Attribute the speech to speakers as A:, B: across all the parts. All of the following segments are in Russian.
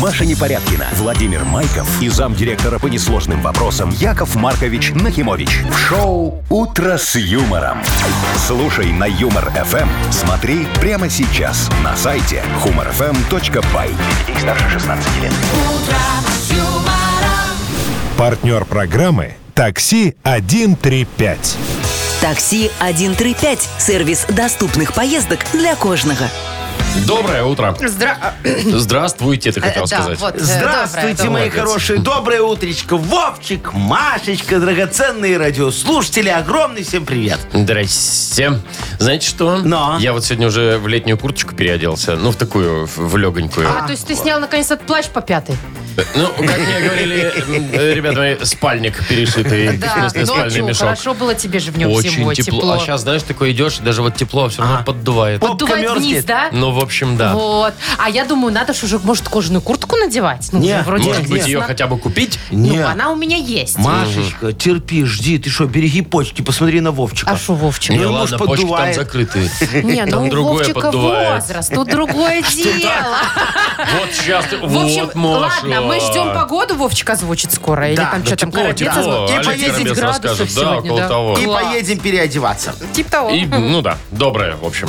A: Маша Непорядкина, Владимир Майков и замдиректора по несложным вопросам Яков Маркович Нахимович. В шоу «Утро с юмором». Слушай на «Юмор-ФМ». Смотри прямо сейчас на сайте humorfm.by. Для детей старше 16 лет.
B: Партнер программы «Такси 135».
C: Такси 135 – сервис доступных поездок для кожного.
D: Доброе утро.
E: Здра- а,
D: Здравствуйте, ты
E: э,
D: хотел
E: да,
D: сказать.
E: вот, э,
F: Здравствуйте,
E: доброе,
F: мои
D: Молодец.
F: хорошие. Доброе утречко. Вовчик, Машечка, драгоценные радиослушатели. Огромный всем привет.
D: Здрасте. Знаете что?
F: Но.
D: Я вот сегодня уже в летнюю курточку переоделся. Ну, в такую, в, в легонькую.
E: доброе. А, то есть ты снял наконец этот плащ по пятой?
D: Ну, как мне говорили, м, э, ребята мои, спальник перешитый. в
E: Да,
D: смысле, спальный
E: ночью
D: мешок.
E: хорошо было тебе же в нем
D: Очень
E: зимой,
D: тепло.
E: тепло. А.
D: А сейчас, знаешь, такое идешь, и даже вот тепло все равно поддувает.
F: Попка
E: Поддувает вниз,
F: мерзнет.
E: да?
D: Ну, в общем, да.
E: Вот. А я думаю, надо же уже, может, кожаную куртку надевать? Ну,
F: Не,
E: уже вроде
D: Может быть,
E: интересно.
D: ее хотя бы купить?
E: Ну,
F: Нет.
E: она у меня есть.
F: Машечка, терпи, жди. Ты что, береги почки, посмотри на Вовчика.
E: А шо, Вовчик?
F: Ну,
D: Не,
F: ему ж
D: ладно, почки там
F: поддувает.
D: закрыты.
E: Не, ну
D: Там
E: у
D: другое
E: Вовчика
D: поддувает.
E: возраст, тут другое дело.
D: Вот сейчас,
E: В общем,
D: вот, Маша.
E: ладно, мы ждем погоду, Вовчик озвучит скоро. Или
F: Да,
E: там
F: да
E: что там,
D: Тепло,
E: Горобец
D: тепло.
E: озвучит.
F: И
D: типа Олег
F: поедет
D: Горобец
E: градусов
D: расскажет. Да,
E: сегодня,
D: около
E: да.
D: того.
F: И
E: Класс.
F: поедем переодеваться.
E: Тип того.
D: И, ну да, доброе, в общем.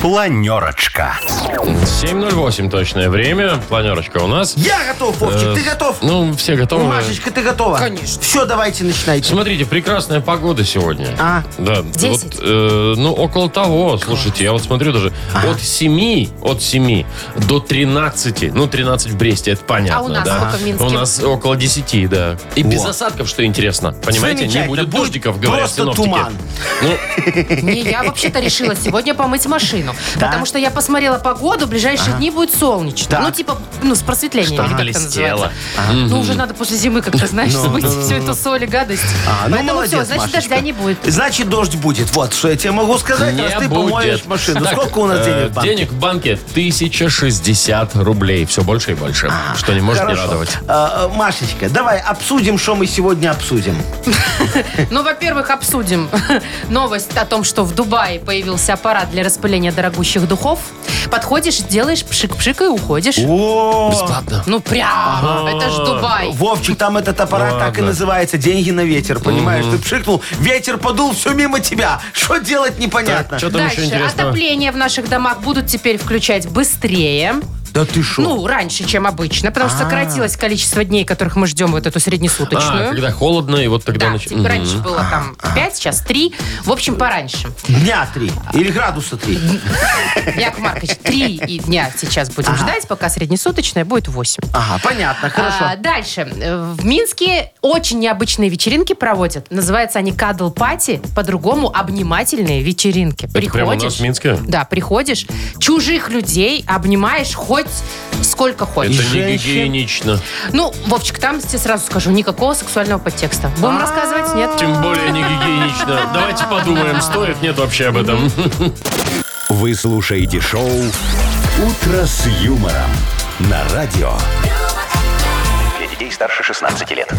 A: Планерочка.
D: 7.08 точное время. Планерочка у нас.
F: Я готов, Вовчик,
D: Э,
F: ты готов?
D: Ну, все готовы.
F: Машечка, ты готова?
E: Конечно.
F: Все, давайте начинайте.
D: Смотрите, прекрасная погода сегодня.
F: А.
D: Да.
E: Десять?
D: Вот, э, ну, около того. Слушайте, я вот смотрю даже. От 7, от 7 до 13. Ну, 13 в Бресте, это понятно.
E: А у нас
D: да.
E: сколько в Минске?
D: У нас около 10, да. И без осадков, что интересно. Понимаете, не
F: Замечательно.
D: будет
F: Будет
D: дождиков, говорят
F: просто
D: синоптики.
F: туман.
D: Ну,
E: Не, я вообще-то решила сегодня помыть машину. Потому что я посмотрела погоду, в ближайшие дни будет солнечно.
F: Так.
E: Ну, типа, ну, с просветлением. или как это
D: блестело.
E: называется. Ну, уже надо после зимы как-то, знаешь,
F: Ну,
E: смыть всю эту соль и гадость.
F: А, ну,
E: Поэтому все,
F: молодец,
E: значит,
F: Машечка.
E: дождя не будет.
F: Значит, дождь будет. Вот, что я тебе могу сказать,
D: Не
F: раз ты
D: будет.
F: помоешь машину.
D: Так,
F: Сколько у нас
D: э,
F: денег в банке?
D: Денег в банке 1060 рублей. Все больше и больше. Что не может не
F: А, Хорошо.
D: радовать.
F: Э, э, Машечка, давай обсудим, что мы сегодня обсудим.
E: Ну, во-первых, обсудим новость о том, что в Дубае появился аппарат для распыления дорогущих духов. Подходишь, делаешь пшик-пшик и уходишь.
F: О, А,
D: Ладно.
E: Ну, прям. Это ж Дубай.
F: Вовчик, там этот аппарат так и называется. Деньги на ветер, понимаешь? Ты пшикнул, ветер подул, все мимо тебя. Что делать, непонятно.
D: Что там еще
E: Дальше.
D: интересного?
E: Отопление в наших домах будут теперь включать быстрее.
F: Да ты шо?
E: Ну, раньше, чем обычно, потому что сократилось количество дней, которых мы ждем вот эту
D: А,
E: среднесуточную.
D: когда холодно, и вот тогда
E: Да,
D: нач-
E: типа
D: Мгм. А.
E: раньше было там 5, сейчас 3. В общем, пораньше.
F: Дня три. Или градуса три.
E: Яков Маркович, 3 и дня сейчас
D: А.
E: будем ждать, пока среднесуточная будет 8.
F: Ага, понятно, хорошо.
E: А, дальше. Э, В Минске очень необычные вечеринки проводят. Называются они кадл-пати, по-другому обнимательные вечеринки.
D: Это прямо у нас в Минске?
E: Да, приходишь, чужих людей обнимаешь хоть сколько хочешь.
D: Это не
F: женщин.
D: гигиенично.
E: Ну, Вовчик, там тебе сразу скажу, никакого сексуального подтекста. Будем рассказывать? Нет?
D: Тем более не гигиенично. Давайте подумаем, стоит, нет вообще об этом.
A: Вы слушаете шоу «Утро с юмором» на радио.
G: Для детей старше 16 лет.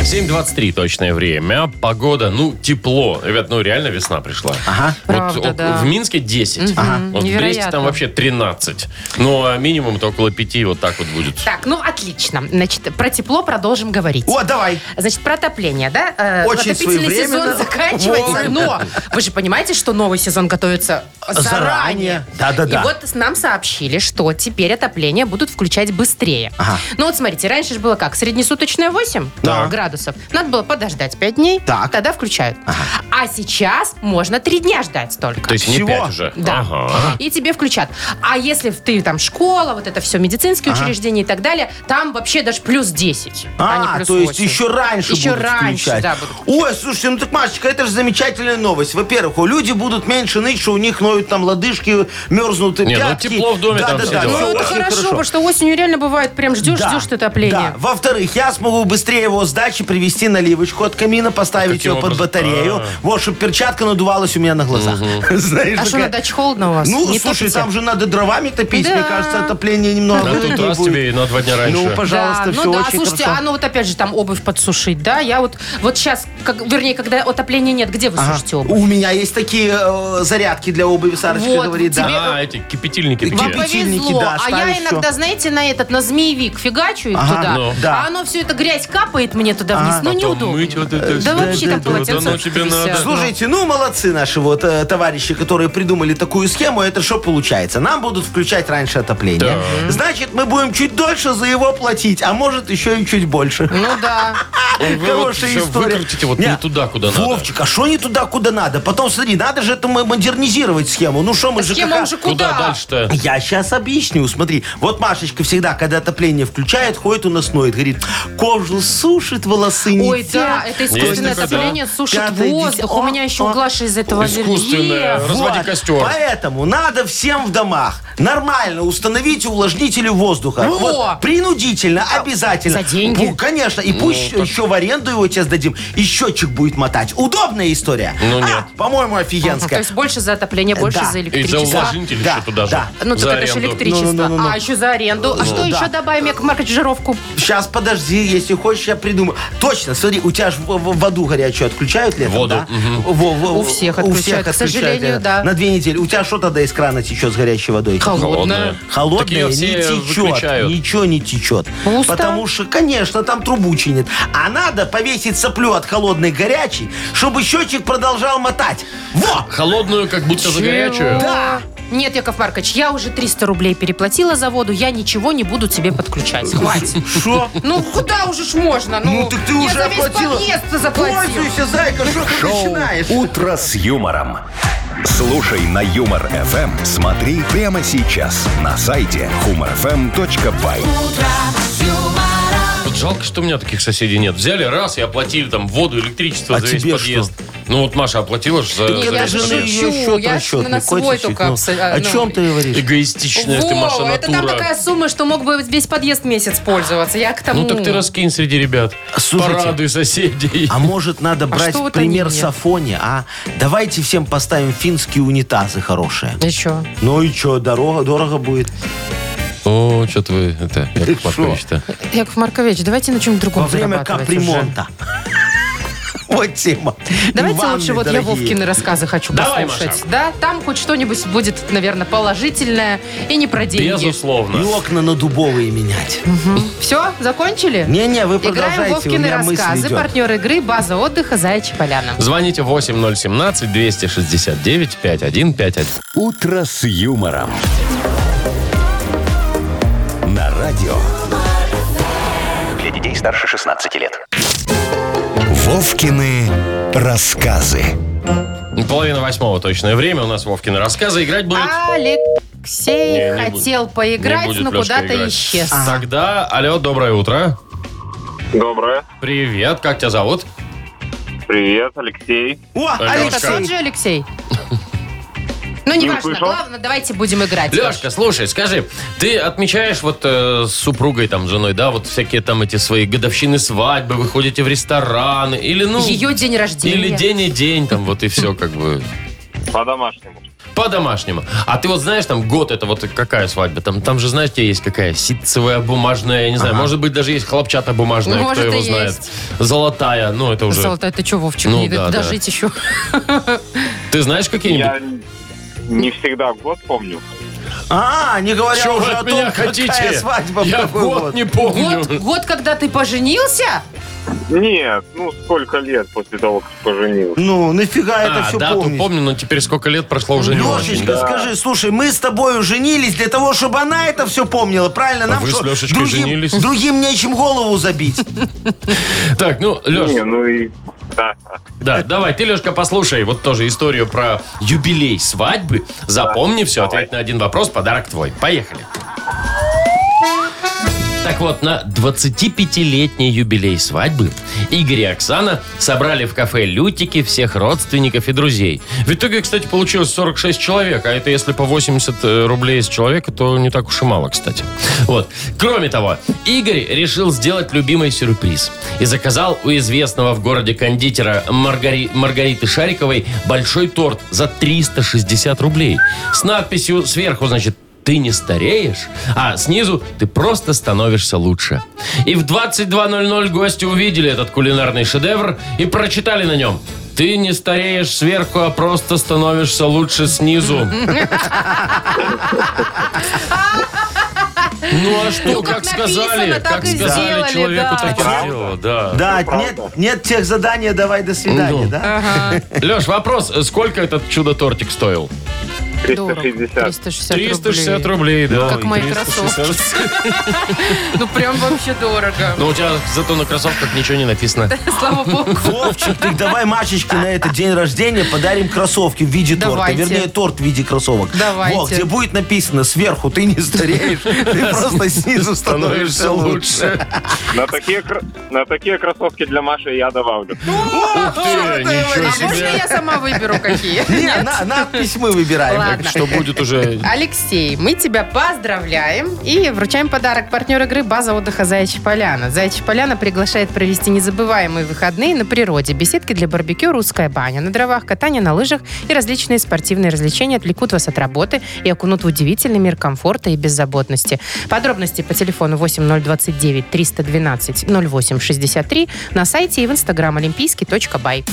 D: 7.23 точное время. Погода, ну, тепло. Ребят, ну, реально весна пришла. Ага. Вот,
E: Правда,
D: вот
E: да.
D: в Минске 10. Вот в Бресте
E: невероятно.
D: там вообще 13. Ну, а минимум это около 5 вот так вот будет.
E: Так, ну отлично. Значит, про тепло продолжим говорить.
F: О, давай.
E: Значит, про отопление, да? Э,
F: Очень
E: Отопительный
F: своевременно.
E: сезон заканчивается, но вы же понимаете, что новый сезон готовится заранее.
F: Заранее. Да-да-да.
E: И вот с- нам сообщили, что теперь отопление будут включать быстрее. Ну вот смотрите, раньше же было как? Среднесуточное 8 градусов. Надо было подождать 5 дней,
F: Так.
E: тогда включают. А сейчас можно 3 дня ждать только.
D: То есть не
F: Всего?
D: 5 уже.
E: Да.
D: Ага.
E: И тебе включат. А если в- ты там школа, вот это все, медицинские учреждения и так далее, там вообще даже плюс 10. не
F: А,
E: плюс
F: то есть
E: 8.
F: еще раньше
E: Еще
F: будут
E: раньше,
F: включать.
E: да, будут.
F: Ой, слушайте, ну так, Машечка, это же замечательная новость. Во-первых, у люди будут меньше ныть, что у них ноют там лодыжки, мерзнут и
D: Не, ну
F: пятки.
D: тепло в доме, там все
F: Да-да-да,
D: дела.
E: Ну,
F: всё
E: это
F: очень
E: хорошо, потому что осенью реально бывает, прям ждешь,
F: Да,
E: ждешь ты отопления.
F: да. Во-вторых, я смогу быстрее его с дачи привезти наливочку от камина, поставить
D: Каким
F: ее под
D: образом?
F: батарею.
D: А.
F: Вот, чтобы перчатка надувалась у меня на глазах. Знаешь,
E: А что,
F: такая-
E: на даче холодно у вас?
F: Ну,
E: Не
F: слушай,
E: топите?
F: там же надо дровами топить.
E: Да.
F: Мне кажется, отопление немного
D: А тут
F: выгоднее
D: раз
F: будет.
D: тебе и на два дня раньше.
F: Ну, пожалуйста,
E: да,
F: все
E: ну да,
F: очень
E: слушайте,
F: хорошо.
E: а ну вот опять же там обувь подсушить, да? Я вот, вот сейчас, как, вернее, когда отопления нет, где вы
F: Ага.
E: сушите обувь?
F: У меня есть такие э, зарядки для обуви, Сарочка
E: Вот,
F: говорит, да.
E: тебе-
D: А, эти кипятильники
F: Вам
E: Вам
D: такие.
F: Кипятильники,
E: повезло.
F: да,
E: а я
F: ставишь
E: иногда,
F: всё.
E: знаете, на этот, на змеевик фигачу их
F: Ага,
E: туда.
F: ну, да.
E: А оно все это грязь капает мне туда вниз. Ну,
D: Потом
E: неудобно.
D: мыть вот это
E: да
D: всё.
E: вообще
D: Да,
E: там
D: да, да,
E: полотенце.
D: ну, тебе надо.
E: висят.
F: Слушайте, ну молодцы наши вот э, товарищи, которые придумали такую схему. Это что получается? Нам будут включать раньше отопление. Значит, мы будем чуть дольше за его платить, а может еще и чуть больше.
E: Ну да.
D: Вы
F: Хорошая
D: вот всё
F: история.
D: выкрутите вот не туда, куда надо.
F: Вовчик, а что не туда, куда надо? Потом смотри, надо же это мо- модернизировать схему. Ну что мы же
E: Схема уже
D: Куда
E: куда?
D: дальше-то?
F: Я сейчас объясню. Смотри, вот Машечка всегда, когда отопление включает, ходит у нас ноет, говорит, кожу сушит, волосы не
E: Ой, да,
F: те».
E: это искусственное
D: Есть такое,
E: отопление сушит
F: Пятое
E: воздух.
F: дитя.
E: У меня еще у
F: О,
E: Глаши из этого
D: Искусственное.
E: аллергия.
D: Э, Разводи
F: Вот.
D: костер.
F: Поэтому надо всем в домах нормально установить увлажнители воздуха.
E: Во!
F: Вот. Принудительно, обязательно.
E: за деньги?
F: Ну, конечно. И пусть еще в аренду его сейчас дадим. И счетчик будет мотать. Удобная история.
D: Ну,
F: А,
D: нет.
F: по-моему,
E: То
F: офигенская.
E: есть больше за отопление, больше
F: Да.
E: за
F: И за
D: И за
E: электричество.
D: увлажнитель
F: Да,
D: еще туда же.
F: да.
E: Ну,
D: За
E: так это же
D: аренду.
E: электричество.
F: Ну-ну-ну-ну-ну.
E: А еще за аренду. А что
F: ну, да.
E: еще добавим, Яков Маркович, жировку?
F: Сейчас, подожди, если хочешь, я придумаю. Точно, смотри, у тебя же в- в- воду горячую отключают летом,
D: Воду,
F: да? Во- во-
E: У всех
F: у
E: отключают, к сожалению,
F: летом.
E: да.
F: На две недели. У тебя что тогда из крана течет с горячей водой?
D: Холодная.
F: Холодная
D: Такие
F: не
D: все
F: течет.
D: выключают.
F: Ничего не течет.
E: Пусто?
F: Потому что, конечно, там трубу чинит. А надо повесить соплю от холодной к горячей, чтобы счетчик продолжал мотать. Во!
D: Холодную, как будто за
E: Чего?
D: горячую.
F: Да.
E: Нет, Яков Маркович, я уже 300 рублей переплатила за воду, я ничего не буду тебе подключать. Хватит.
F: Шо?
E: Ну, куда уже ж можно?
F: Ну, так ты уже
E: я за весь
F: оплатила.
E: подъезд заплатила.
F: Пользуйся, зайка, что ты
A: Шоу
F: начинаешь?
A: «Утро с юмором». Слушай на Юмор ФМ. Смотри прямо сейчас на сайте humorfm.by.
D: Вот жалко, что у меня таких соседей нет. Взяли раз и оплатили там воду, электричество
F: А
D: за весь
F: тебе
D: подъезд. Ну вот Маша оплатила же за,
F: Так
D: за
E: я
D: весь
E: же
D: подъезд.
E: шучу, я на свой только абсо- а,
F: О
E: ну,
F: чем ты говоришь?
D: Эгоистичная ты, Маша,
E: Вова, это там
D: натура.
E: такая сумма, что мог бы весь подъезд месяц пользоваться. Я к тому...
D: Ну так ты раскинь среди ребят.
F: Слушайте,
D: Порадуй соседей.
F: А может, надо брать
E: что вот они
F: пример
E: мне?
F: Сафони, а? Давайте всем поставим финские унитазы хорошие.
E: Еще.
F: Ну и что, дорога, дорого будет.
D: О, что-то вы, это, Яков Маркович-то.
E: Яков Маркович, давайте на чем-то другом
F: Во время
E: зарабатывать уже.
F: капремонта. Вот тема.
E: Давайте
F: И ванны
E: лучше вот я
F: дорогие.
E: Вовкины рассказы хочу
D: Давай,
E: послушать. Да, там хоть что-нибудь будет, наверное, положительное и не про деньги.
F: И
D: Безусловно.
F: окна на дубовые менять.
E: Все, закончили?
F: Не-не, вы
E: Играем
F: продолжайте, у
E: Вовкины
F: меня мысль
E: рассказы,
F: идет.
E: партнер игры, база отдыха «Заячья поляна».
D: Звоните 8017-269-5151.
A: «Утро с юмором». На радио
G: Для детей старше 16 лет.
A: «Вовкины рассказы».
D: Половина восьмого точное время. У нас Вовкины рассказы. Играть будет...
E: А Алексей
D: Не, не буду.
E: хотел поиграть,
D: Не будет
E: но
D: Лёшка
E: ну куда-то
D: играть. А.
E: исчез.
D: Тогда, алло, доброе утро.
H: Доброе.
D: Привет, как тебя зовут?
H: Привет, Алексей.
F: О,
D: Алёшка.
E: Это тот
F: Алексей,
E: же Алексей? Ну, неважно,
H: услышал.
E: главное, давайте будем играть.
D: Лешка, слушай, скажи, ты отмечаешь вот э, с супругой, там, с женой, да, вот всякие там эти свои годовщины свадьбы, вы ходите в рестораны, или, ну...
E: Ее день рождения.
D: Или день и день, там, вот и все, как бы,
H: По-домашнему.
D: по-домашнему. А ты вот знаешь, там, год это вот какая свадьба? Там, там же, знаешь, где есть какая? Ситцевая, бумажная, я не знаю, может быть, даже есть хлопчата бумажная,
E: Ну, может,
D: кто его
E: и
D: знает.
E: есть.
D: Золотая, ну, это уже...
E: Золотой, ты что, Вовчик,
D: Ну,
E: не
D: да, да.
E: дожить еще?
D: Ты знаешь какие-нибудь?
H: Я не всегда год помню.
F: а, не говоря
D: Чё вы
F: уже о
D: от меня
F: том, какая
D: хотите?
F: свадьба в
D: Я
F: какой
D: год
F: год.
D: не помню.
E: Год, год, когда ты поженился?
H: Нет, ну сколько лет после того, как поженился.
F: Ну, нафига это
D: а,
F: все
D: дату
F: помнить?
D: помню, но теперь сколько лет прошло уже не очень.
F: Лешечка,
D: да.
F: скажи, слушай, мы с тобой женились для того, чтобы она это все помнила, правильно? Нам
D: А вы с
F: что,
D: Лешечкой
F: другим,
D: женились? Ну,
F: Другим нечем голову забить.
D: Так, ну,
H: Не,
D: Леш,
H: ну и... Да.
D: да, давай, ты, Лешка, послушай вот тоже историю про юбилей свадьбы. Запомни все,
H: давай.
D: ответь на один вопрос, подарок твой. Поехали. Так вот, на 25-летний юбилей свадьбы Игорь и Оксана собрали в кафе «Лютики» всех родственников и друзей. В итоге, кстати, получилось 46 человек, а это если по 80 э, рублей с человека, то не так уж и мало, кстати. Вот. Кроме того, Игорь решил сделать любимый сюрприз и заказал у известного в городе кондитера Маргари- Маргариты Шариковой большой торт за 360 рублей с надписью сверху, значит, ты не стареешь, а снизу ты просто становишься лучше. И в 22.00 гости увидели этот кулинарный шедевр и прочитали на нем. Ты не стареешь сверху, а просто становишься лучше снизу. Ну а что,
E: Ну, как
D: как сказали,
E: написано, так
D: как
E: и
D: сказали
E: сделали,
D: человеку,
E: да.
D: так и сделал, да.
F: Да,
H: правда.
F: нет, нет тех задания, давай до свидания,
D: Ну.
F: да?
D: Леш, вопрос, э, сколько этот чудо-тортик стоил?
E: Дорого.
H: 360.
E: 360
D: 360 рублей, да.
E: Как мои
D: 360.
E: Ну, прям вообще дорого.
D: Ну у тебя зато на кроссовках ничего не написано.
E: Слава богу.
F: Вовчик, ты давай Машечке на этот день рождения подарим кроссовки в виде торта.
E: Давайте.
F: Вернее, торт в виде кроссовок.
E: Давайте.
F: Во, где будет написано сверху, ты не стареешь, ты просто снизу становишься лучше.
H: На такие, кр- на такие кроссовки для Маши я добавлю.
F: Ух ты,
D: Э,
F: вот это
D: ничего
E: А
F: вот.
E: можно
D: себе.
E: я сама выберу какие?
F: Не, на- надпись мы выбираем.
E: Ладно.
D: Что будет уже...
E: Алексей, мы тебя поздравляем и вручаем подарок. Партнер игры «База отдыха Заячья Поляна». Заячья Поляна приглашает провести незабываемые выходные на природе. Беседки для барбекю, русская баня, на дровах, катание на лыжах и различные спортивные развлечения отвлекут вас от работы и окунут в удивительный мир комфорта и беззаботности. Подробности по телефону 8029 312 0863 на сайте и в инстаграм олимпийский.бай.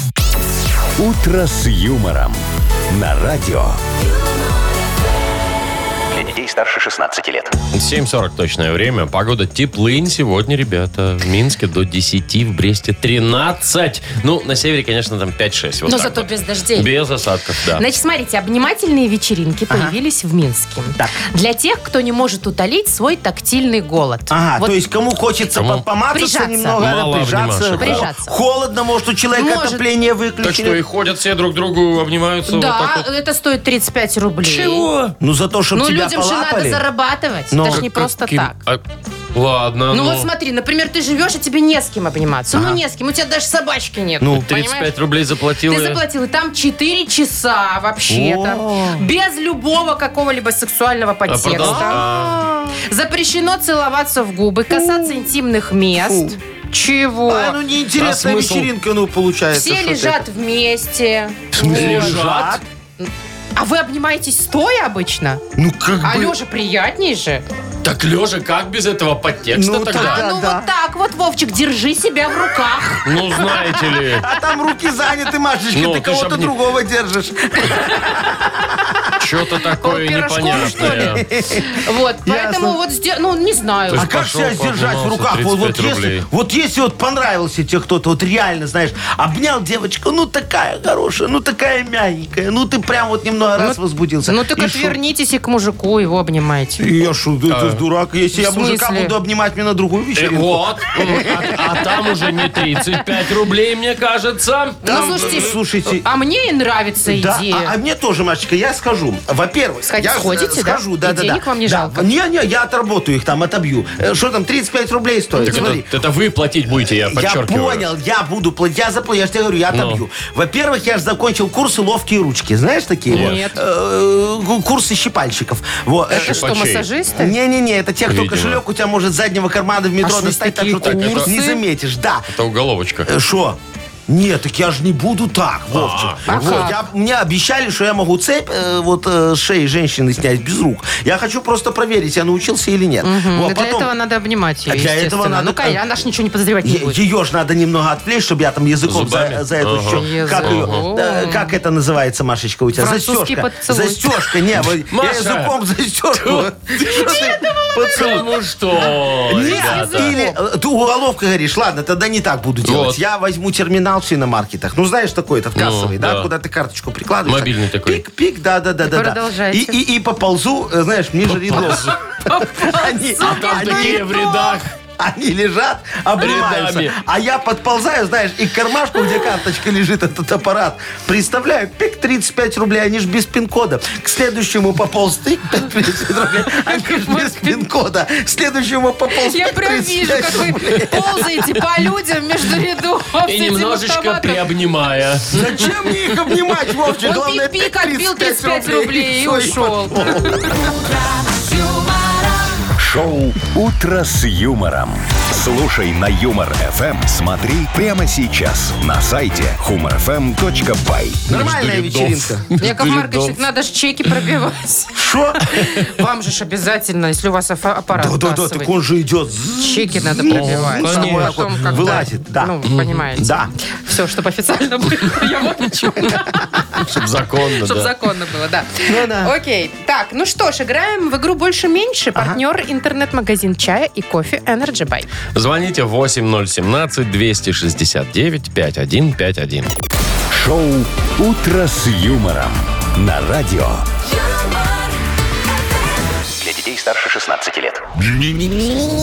A: «Утро с юмором» на радио.
G: Для детей старше 16 лет.
D: 7.40 точное время. Погода теплынь сегодня, ребята. В Минске до 10, в Бресте 13. Ну, на севере, конечно, там 5-6. Вот
E: Но
D: так
E: зато
D: вот.
E: без дождей.
D: Без осадков, да.
E: Значит, смотрите, обнимательные вечеринки появились в Минске. Для тех, кто не может утолить свой тактильный голод.
F: Ага,
E: Вот
F: А, то есть кому хочется
D: Кому?
F: по- помацаться
E: Прижаться.
F: немного, надо
D: Мало
F: прижаться.
D: обнимашек, да.
E: Прижаться.
F: Холодно, может, у человека
E: Может.
D: Так
F: отопление
D: что и
F: выключили.
D: ходят все друг другу, обнимаются вот
E: да,
D: так вот.
E: это стоит 35 рублей.
F: Ну, за то, чтобы
E: Ну,
F: тебя
E: людям же надо
F: полапали.
E: зарабатывать.
F: Ну,
E: это же не просто
D: Каким-
E: так.
D: А, ладно, ну,
E: Ну, вот смотри, например, ты живешь, и тебе не с кем обниматься. Ну, не с кем. У тебя даже собачки нет.
F: Ну,
E: понимаешь?
D: 35 рублей заплатила.
E: Ты заплатил, и там 4 часа вообще-то. Без любого какого-либо сексуального
D: А
E: подтекста.
D: продал? А,
E: Запрещено целоваться в губы, касаться интимных мест. Чего?
F: А, ну, неинтересная
D: А смысл?
F: вечеринка, ну, получается.
E: Все
F: что-то
E: лежат вместе.
D: лежат.
E: А вы обнимаетесь стоя обычно?
F: Ну, как
E: А
F: бы...
E: Леша приятней же.
D: Так, Лежа, как без этого подтекста
F: Ну,
D: тогда?
F: Да,
E: а ну
F: да.
E: вот так вот, Вовчик, держи себя в руках.
D: Ну, знаете ли,
F: А там руки заняты, Машечка,
D: Ну,
F: ты
D: ты ж
F: кого-то
D: обни-
F: другого держишь.
D: что-то такое
E: пирожком,
D: непонятное.
E: Вот, поэтому вот, сде- ну, не знаю.
D: То
F: А
D: есть
F: как
D: пошел,
F: себя держать в
D: пообнимался,
F: руках? Вот, вот
D: 35
F: если,
D: рублей.
F: вот если вот понравился тебе кто-то, вот реально, знаешь, обнял девочку, ну такая хорошая, ну такая мягенькая, ну ты прям вот немного раз возбудился.
E: Ну, так
F: И шо?
E: отвернитесь и к мужику его обнимайте.
F: Я шо, ты, ты ж дурак, если
E: В
F: я мужика
E: смысле?
F: буду обнимать, мне на другую
D: А. Э,
F: вечеринку.
D: Вот. А, а там уже не 35 рублей, мне кажется.
F: Там,
E: ну, слушайте,
F: э, слушайте,
E: а мне и нравится
F: Да,
E: идея.
F: а, а мне тоже, Машечка, я скажу. Во-первых,
E: Сходи-
F: я э,
E: сходите, да?
F: схожу, да,
E: И
F: да,
E: денег
F: да.
E: вам не
F: Да.
E: жалко?
F: Не-не, я отработаю их там, отобью. Э, Что там, 35 рублей стоит?
D: Так
F: Смотри.
D: это, это вы платить будете, я
F: Я
D: подчеркиваю.
F: понял, я буду платить, я заплачу, я же тебе говорю, я
D: Ну.
F: отобью. Во-первых, я же закончил курсы ловкие ручки, знаешь такие? вот?
E: Нет.
F: Э, гу- Курсы щипальщиков. Вот.
E: Это что,
D: щипачей.
E: массажисты?
F: Не-не-не, это те, кто
D: Видимо.
F: кошелек у тебя может с заднего кармана в метро
E: А что, есть
F: достать, так
E: такие
F: что ты
E: курсы?
F: не заметишь. Да.
D: Это уголовочка.
F: Э, Шо? Нет, так я же не буду так, Вовчик.
E: А
F: Вот,
E: как?
F: я- мне обещали, что я могу цепь э, вот э, с шеи женщины снять без рук. Я хочу просто проверить, я научился или нет.
E: М,
F: Вот,
E: Хм, Для
F: потом-
E: этого надо обнимать ее,
F: А для этого
E: естественно.
F: надо-
E: Ну, конечно, она ж ничего не подозревать не будет.
F: Ее же надо немного отвлечь, чтобы я там языком
D: Зубами?
F: за, за эту
D: Ага.
F: щеку- Как, её-
E: Языком.
F: да, как это называется, Машечка, у тебя?
E: Французский
F: Застежка.
E: поцелуй.
F: Застежка, не, вот я
D: Маша!
F: языком застежку. Поцелуй.
D: Ну что,
F: Нет,
D: ребята.
F: или э, ты уголовка говоришь, ладно, тогда не так буду делать.
D: Вот.
F: Я возьму терминал в свиномаркетах. Ну, знаешь, такой этот кассовый, да,
D: да.
F: куда ты карточку прикладываешь.
D: Мобильный
F: так,
D: такой.
F: Пик, пик, да, да, да, да. да.
E: Продолжайте.
F: И, и, и поползу, э, знаешь, ниже рядов. Они-
D: Там
F: они-
D: такие в рядах.
F: Они лежат, обнимаются.
D: Рядами.
F: А я подползаю, знаешь, и к кармашку, где карточка лежит, этот аппарат, представляю, пик, 35 рублей, они же без пин-кода. К следующему пополз ты, 35 рублей, они же без пин-кода. К следующему пополз
E: Я
F: пик,
E: прям вижу,
F: 35
E: как вы
F: рублей.
E: ползаете по людям между рядов с
D: И
E: этим
D: немножечко
E: автоматом.
D: приобнимая.
F: Зачем мне их обнимать, Вовчик?
E: Он
F: Главное,
E: пик-пик отбил 35 рублей и
F: всё,
E: ушел.
A: Шоу «Утро с юмором». Слушай на Юмор ФМ. Смотри прямо сейчас на сайте humorfm.by.
F: Нормальная
D: Между рядов.
F: вечеринка.
E: Яков Маркович,
D: Рядов.
E: так надо же чеки пробивать.
F: Шо?
E: Вам же ж обязательно, если у вас афа- аппарат
F: Да-да-да,
E: кассовый.
F: так он Ну, же идет.
E: Чеки надо пробивать.
D: О,
E: чтобы
D: конечно.
E: потом как-то,
F: Вылазит, да.
E: Ну, понимаете.
F: Да.
E: Все, чтобы официально было. Я вот о чем.
D: Чтоб законно,
E: Чтобы
D: да.
E: законно было, да.
F: Ну да.
E: Окей. Так, ну что ж, играем в игру «Больше-меньше». Партнер интернет-магазин чая и кофе Energy Buy.
D: Звоните 8017-269-5151.
A: Шоу «Утро с юмором» на радио.
G: Для детей старше 16 лет.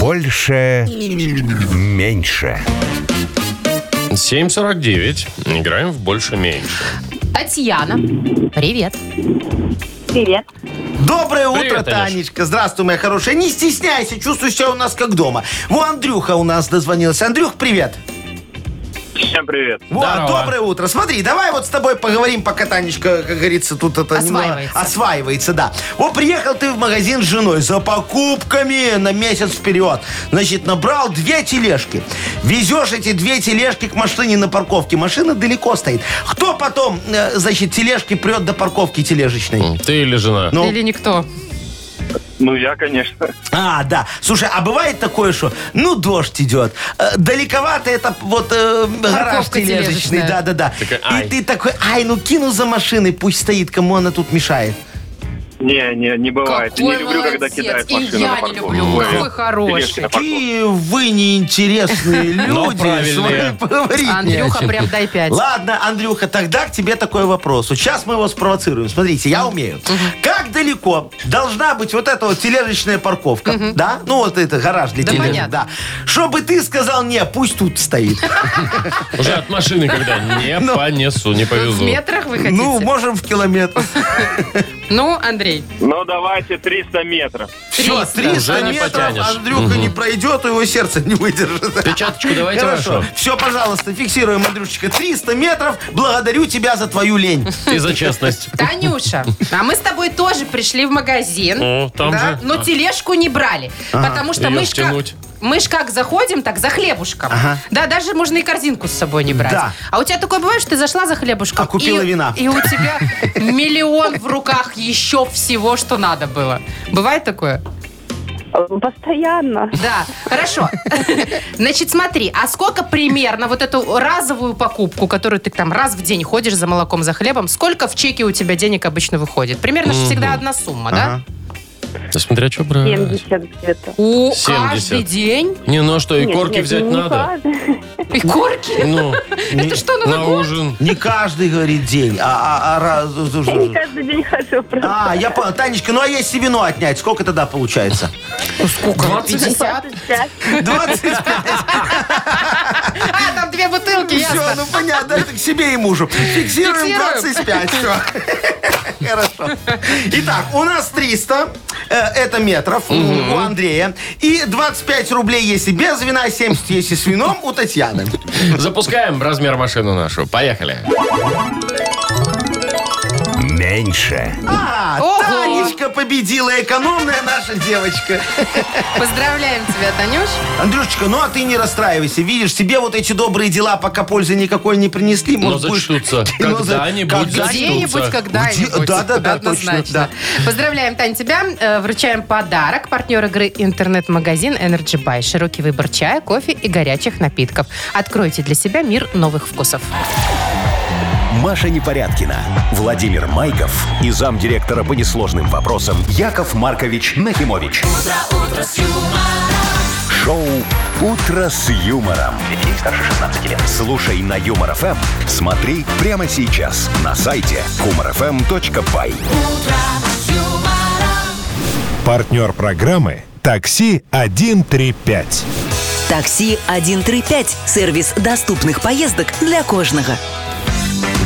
B: Больше,
A: Меньше.
D: 7.49. Играем в больше-меньше.
E: Татьяна. Привет.
I: Привет.
F: Доброе
D: Привет,
F: утро,
D: Танюш.
F: Танечка. Здравствуй, моя хорошая. Не стесняйся, чувствуй себя у нас как дома. Во, Андрюха у нас дозвонился. Андрюх, привет.
H: Всем привет.
F: Вот,
D: Здорово.
F: доброе утро. Смотри, давай вот с тобой поговорим, пока Танечка, как говорится, тут это немного
E: Осваивается.
F: осваивается, да. Вот приехал ты в магазин с женой за покупками на месяц вперед. Значит, набрал две тележки. Везешь эти две тележки к машине на парковке. Машина далеко стоит. Кто потом, э, значит, тележки прет до парковки тележечной?
D: Ты или жена?
F: Ну,
E: Или никто.
H: Ну, я, конечно.
F: А, да. Слушай, а бывает такое, что, ну, дождь идет, э, далековато это вот э, гараж
E: Парковка
F: тележечный,
E: тележечная.
F: да-да-да.
D: Такая, ай.
F: И ты такой, ай, ну кину за машиной, пусть стоит, кому она тут мешает.
H: Не, не, не бывает.
E: Какой
H: не люблю, когда
E: молодец.
H: кидают
E: И
H: машину
E: я
H: на
E: не
H: парковку.
E: люблю.
H: Ой,
E: Какой
H: я-
E: хороший.
H: тележки на парковку.
F: И вы неинтересные
D: Но
F: люди, с
D: правильные.
F: вами поговорить не о
E: Андрюха,
F: чем.
E: прям дай пять.
F: Ладно, Андрюха, тогда к тебе такой вопрос. Вот сейчас мы его спровоцируем. Смотрите, я умею. Как далеко должна быть вот эта вот тележечная парковка? Да? Ну, вот это гараж для
E: Да,
F: тележек,
E: понятно.
F: да. Чтобы ты сказал, не, пусть тут стоит.
D: Уже от машины когда? Не
E: Ну,
D: понесу, не
E: В
D: повезу.
E: метрах вы хотите?
F: Ну, можем в километр.
E: Ну, Андрей,
H: Ну, давайте 300 метров.
F: Все, 300
D: Уже не
F: метров
D: потянешь.
F: Андрюха не пройдет, его сердце не выдержит.
D: Печаточку давайте
F: Хорошо.
D: вашу.
F: Все, пожалуйста, фиксируем, Андрюшечка. 300 метров. Благодарю тебя за твою лень.
D: И за честность.
E: Танюша, а мы с тобой тоже пришли в магазин,
D: О, там
E: да, Ну,
D: же. А.
E: но тележку не брали, потому что
D: Её
E: мы ж как...
D: втянуть.
E: Мы ж как заходим, так за хлебушком. Да, даже можно и корзинку с собой не брать.
F: Да.
E: А у тебя такое бывает, что ты зашла за хлебушком.
F: А купила
E: и,
F: вина.
E: И у тебя миллион в руках еще всего, что надо было. Бывает такое?
I: Постоянно.
E: Да, хорошо. Значит, смотри, а сколько примерно вот эту разовую покупку, которую ты там раз в день ходишь за молоком, за хлебом, сколько в чеке у тебя денег обычно выходит? Примерно же всегда одна сумма, да?
D: Да смотря что брать.
I: 70 где-то.
E: У
D: 70.
E: каждый день.
D: Не, ну а что, и
I: Нет,
D: корки
I: нет,
D: взять
I: не
D: надо?
I: каждый.
E: И корки.
D: Ну,
E: Это что, Новый
D: на
E: год?
D: ужин.
F: Не каждый говорит день, а- а а
I: Я не
F: раз.
I: каждый день хожу, правда.
F: А, я понял. Танечка, ну а если вино отнять, сколько тогда получается?
E: Сколько? 50?
I: 25.
F: 25.
E: А, там две бутылки,
F: Все,
E: ясно.
F: ну понятно, это к себе и мужу. Фиксируем
E: Фиксируем.
F: 25, все. Хорошо. Итак, у нас 300, э, это метров у Андрея. И 25 рублей, если без вина, 70, если с вином, у Татьяны.
D: Запускаем размер машину нашу. Поехали.
A: Меньше.
F: А,
E: Ого.
F: Танечка победила, экономная наша девочка.
E: Поздравляем тебя, Танюш.
F: Андрюшечка, ну а ты не расстраивайся. Видишь, тебе вот эти добрые дела пока пользы никакой не принесли.
D: Но
F: Может, будешь-
D: зачтутся.
F: Ну, за-
D: Когда-нибудь
E: Где-нибудь,
D: зачтутся.
E: когда-нибудь.
F: Где- да-да-да,
E: Однозначно.
F: точно,
E: Поздравляем, Тань, тебя. Э, Вручаем подарок. Партнер игры интернет-магазин Energy Buy. Широкий выбор чая, кофе и горячих напитков. Откройте для себя мир новых вкусов.
A: Маша Непорядкина, Владимир Майков и замдиректора по несложным вопросам Яков Маркович Нахимович. Шоу Утро с юмором.
G: Для детей старше 16 лет.
A: Слушай на юмор ФМ, смотри прямо сейчас на сайте humorfm.by.
B: партнер программы «Такси 135».
C: Такси 135. Сервис доступных поездок для кожного.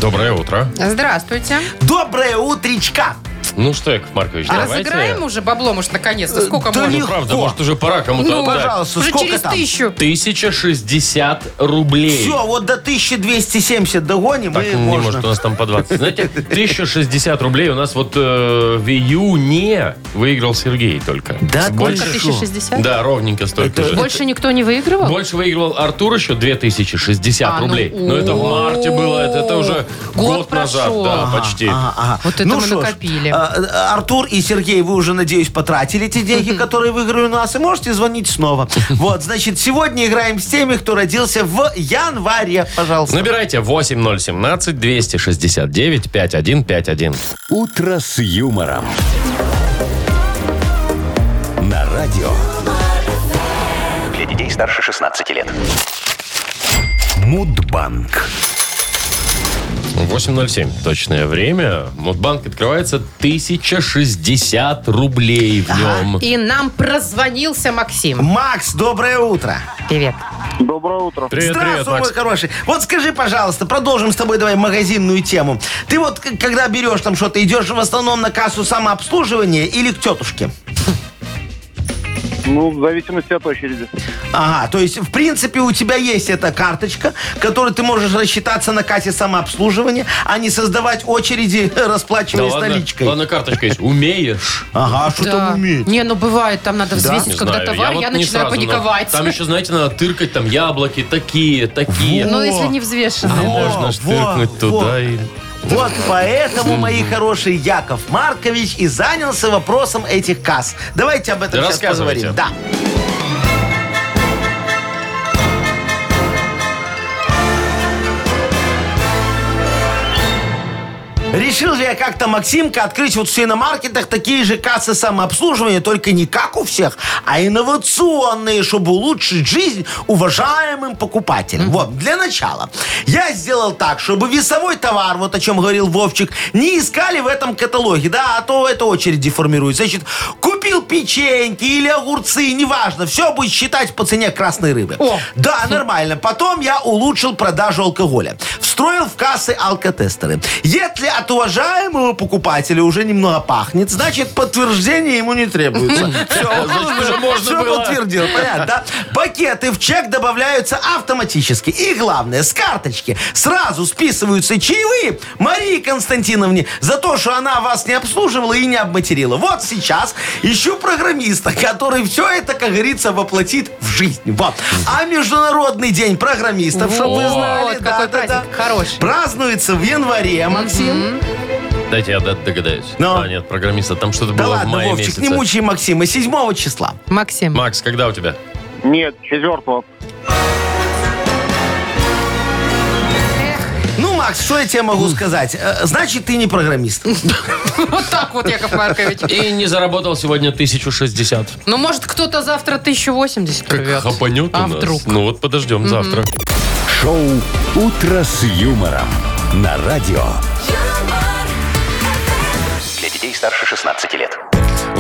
D: Доброе утро.
E: Здравствуйте.
F: Доброе утречка!
D: Ну что, Яков Маркович,
E: А
D: давайте. Ну,
E: разыграем уже бабло, может, наконец-то? Сколько
F: да
E: можно?
F: легко.
D: Правда, может, уже пора кому-то
E: Ну,
D: отдать.
F: Пожалуйста,
E: Уже
F: сколько
E: через
F: там?
E: тысячу.
D: 1060 рублей.
F: Все, вот до 1270 догоним
D: Так не
F: и можно.
D: может у нас там по 20. Знаете, 1060 рублей у нас вот э, в июне выиграл Сергей только.
F: Да,
E: Только
F: Больше
E: 1060?
D: Да, ровненько столько же.
E: Больше никто не выигрывал?
D: Больше выигрывал Артур еще 2060
E: А, ну,
D: рублей. Но это в марте было, это, это уже
E: Год
D: год, назад,
E: прошел.
D: да, почти.
F: Ага, ага.
E: Вот это мы
F: а, Ну что ж,
E: накопили.
F: а, а, Артур и Сергей, вы уже, надеюсь, потратили те деньги, которые выиграли у нас, и можете звонить снова. Вот, значит, сегодня играем с теми, кто родился в январе, пожалуйста.
D: Набирайте 8017 269 5151.
A: «Утро с юмором». На радио
G: Для детей старше 16 лет.
A: Мудбанк.
D: 8.07 точное время. Мудбанк открывается 1060 рублей в нем.
E: И нам прозвонился Максим.
F: Макс, доброе утро.
E: Привет.
H: Доброе утро.
D: Привет,
F: Здравствуй,
D: привет, Макс.
F: мой хороший. Вот скажи, пожалуйста, продолжим с тобой давай магазинную тему. Ты вот, к- когда берешь там что-то, идешь в основном на кассу самообслуживания или к тетушке?
H: Ну, в зависимости от очереди.
F: Ага, то есть, в принципе, у тебя есть эта карточка, которой ты можешь рассчитаться на кассе самообслуживания, а не создавать очереди,
D: Да
F: расплачиваясь
D: ладно,
F: наличкой.
D: ладно, карточка есть. Умеешь?
F: Ага, а что
E: Да.
F: там умеет?
E: Не, ну бывает, там надо взвесить,
D: Не
E: когда
D: знаю,
E: товар, я,
D: вот не
E: начинаю
D: сразу, но
E: паниковать.
D: Там еще, знаете, надо тыркать, там яблоки такие, такие.
E: Ну, если не взвешенный.
D: А
F: Во,
D: можно
F: во,
D: штыркнуть
F: во.
D: туда и...
F: Вот поэтому, мои хорошие, Яков Маркович и занялся вопросом этих касс. Давайте об этом
D: Да
F: сейчас
D: рассказывайте.
F: поговорим. Да. Решил же я как-то, Максимка, открыть вот в свиномаркетах такие же кассы самообслуживания, только не как у всех, а инновационные, чтобы улучшить жизнь уважаемым покупателям. Вот, для начала. Я сделал так, чтобы весовой товар, вот о чем говорил Вовчик, не искали в этом каталоге, да, а то это очереди формирует. Значит, купил печеньки или огурцы, неважно, все будет считать по цене красной рыбы.
E: О.
F: Да, нормально. Потом я улучшил продажу алкоголя. Встроил в кассы алкотестеры. Если от уважаемого покупателя уже немного пахнет, значит, подтверждение ему не требуется. Все,
D: Значит, уже можно было.
F: подтвердил, понятно, да? Пакеты в чек добавляются автоматически. И главное, с карточки сразу списываются чаевые Марии Константиновне за то, что она вас не обслуживала и не обматерила. Вот сейчас ищу программиста, который все это, как говорится, воплотит в жизнь. Вот. А Международный день программистов, чтобы вы
E: Вот,
F: знали,
E: какой
F: да-да-да,
E: праздник хороший.
F: празднуется в январе, Максим.
D: Дайте я дат- догадаюсь.
F: Ну?
D: А, нет, программиста. Там что-то
F: Да
D: было в
F: ладно,
D: мае
F: Вовчик,
D: месяце.
F: не мучай Максима. 7 числа.
E: Максим.
D: Макс, когда у тебя?
H: Нет, четвертого.
F: Ну, Макс, что я тебе могу сказать? Э, Значит, ты не программист.
E: Вот так вот, Яков Маркович.
D: И не заработал сегодня 1060.
E: Ну, может, кто-то завтра 1080
D: Как
E: привет.
D: хапанет у
E: А
D: нас.
E: вдруг?
D: Ну вот подождем завтра.
A: Шоу «Утро с юмором» на радио.
G: Для детей старше 16 лет.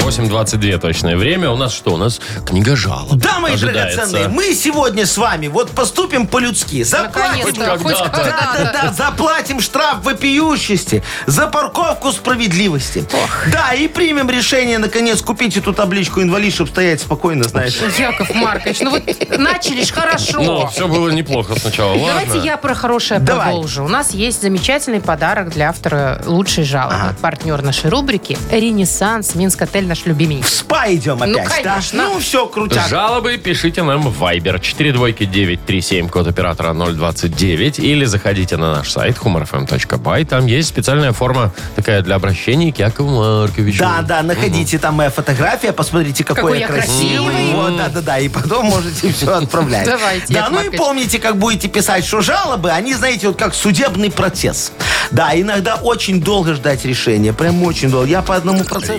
D: 8.22 точное время. У нас что? У нас книга жалоб.
F: Да, мои
D: ожидается.
F: драгоценные, мы сегодня с вами вот поступим по-людски. Заплатим.
E: Наконец-то,
D: Хоть
E: хоть
D: когда-то.
F: Да-да-да,
E: когда-то.
F: заплатим штраф вопиющести за парковку справедливости. Да, и примем решение, наконец, купить эту табличку инвалид, чтобы стоять спокойно, знаешь.
E: Яков Маркович, ну вот начали ж
D: Ну,
E: хорошо.
D: все было неплохо сначала. Ладно.
E: Давайте я про хорошее
F: Давай.
E: продолжу. У нас есть замечательный подарок для автора лучшей жалобы. Партнер нашей рубрики «Ренессанс. Минск-отель. Наш
F: В
E: любименький».
F: спа идем опять,
E: Ну,
F: да?
E: конечно.
F: Ну, все, крутяк.
D: Жалобы пишите нам в Viber 42937, код оператора 029, или заходите на наш сайт humorfm.by. Там есть специальная форма такая для обращения к Якову Марковичу.
F: Да, да, находите там моя фотография, посмотрите, какой,
E: Какой
F: я
E: я
F: красивый.
E: красивый.
F: Вот, да, да, да. И потом можете все отправлять.
E: Давайте,
F: Да,
E: Яков
F: ну и
E: Маркович.
F: помните, как будете писать, что жалобы, они, знаете, вот как судебный процесс. Да, иногда очень долго ждать решения. Прям очень долго. Я по одному процессу.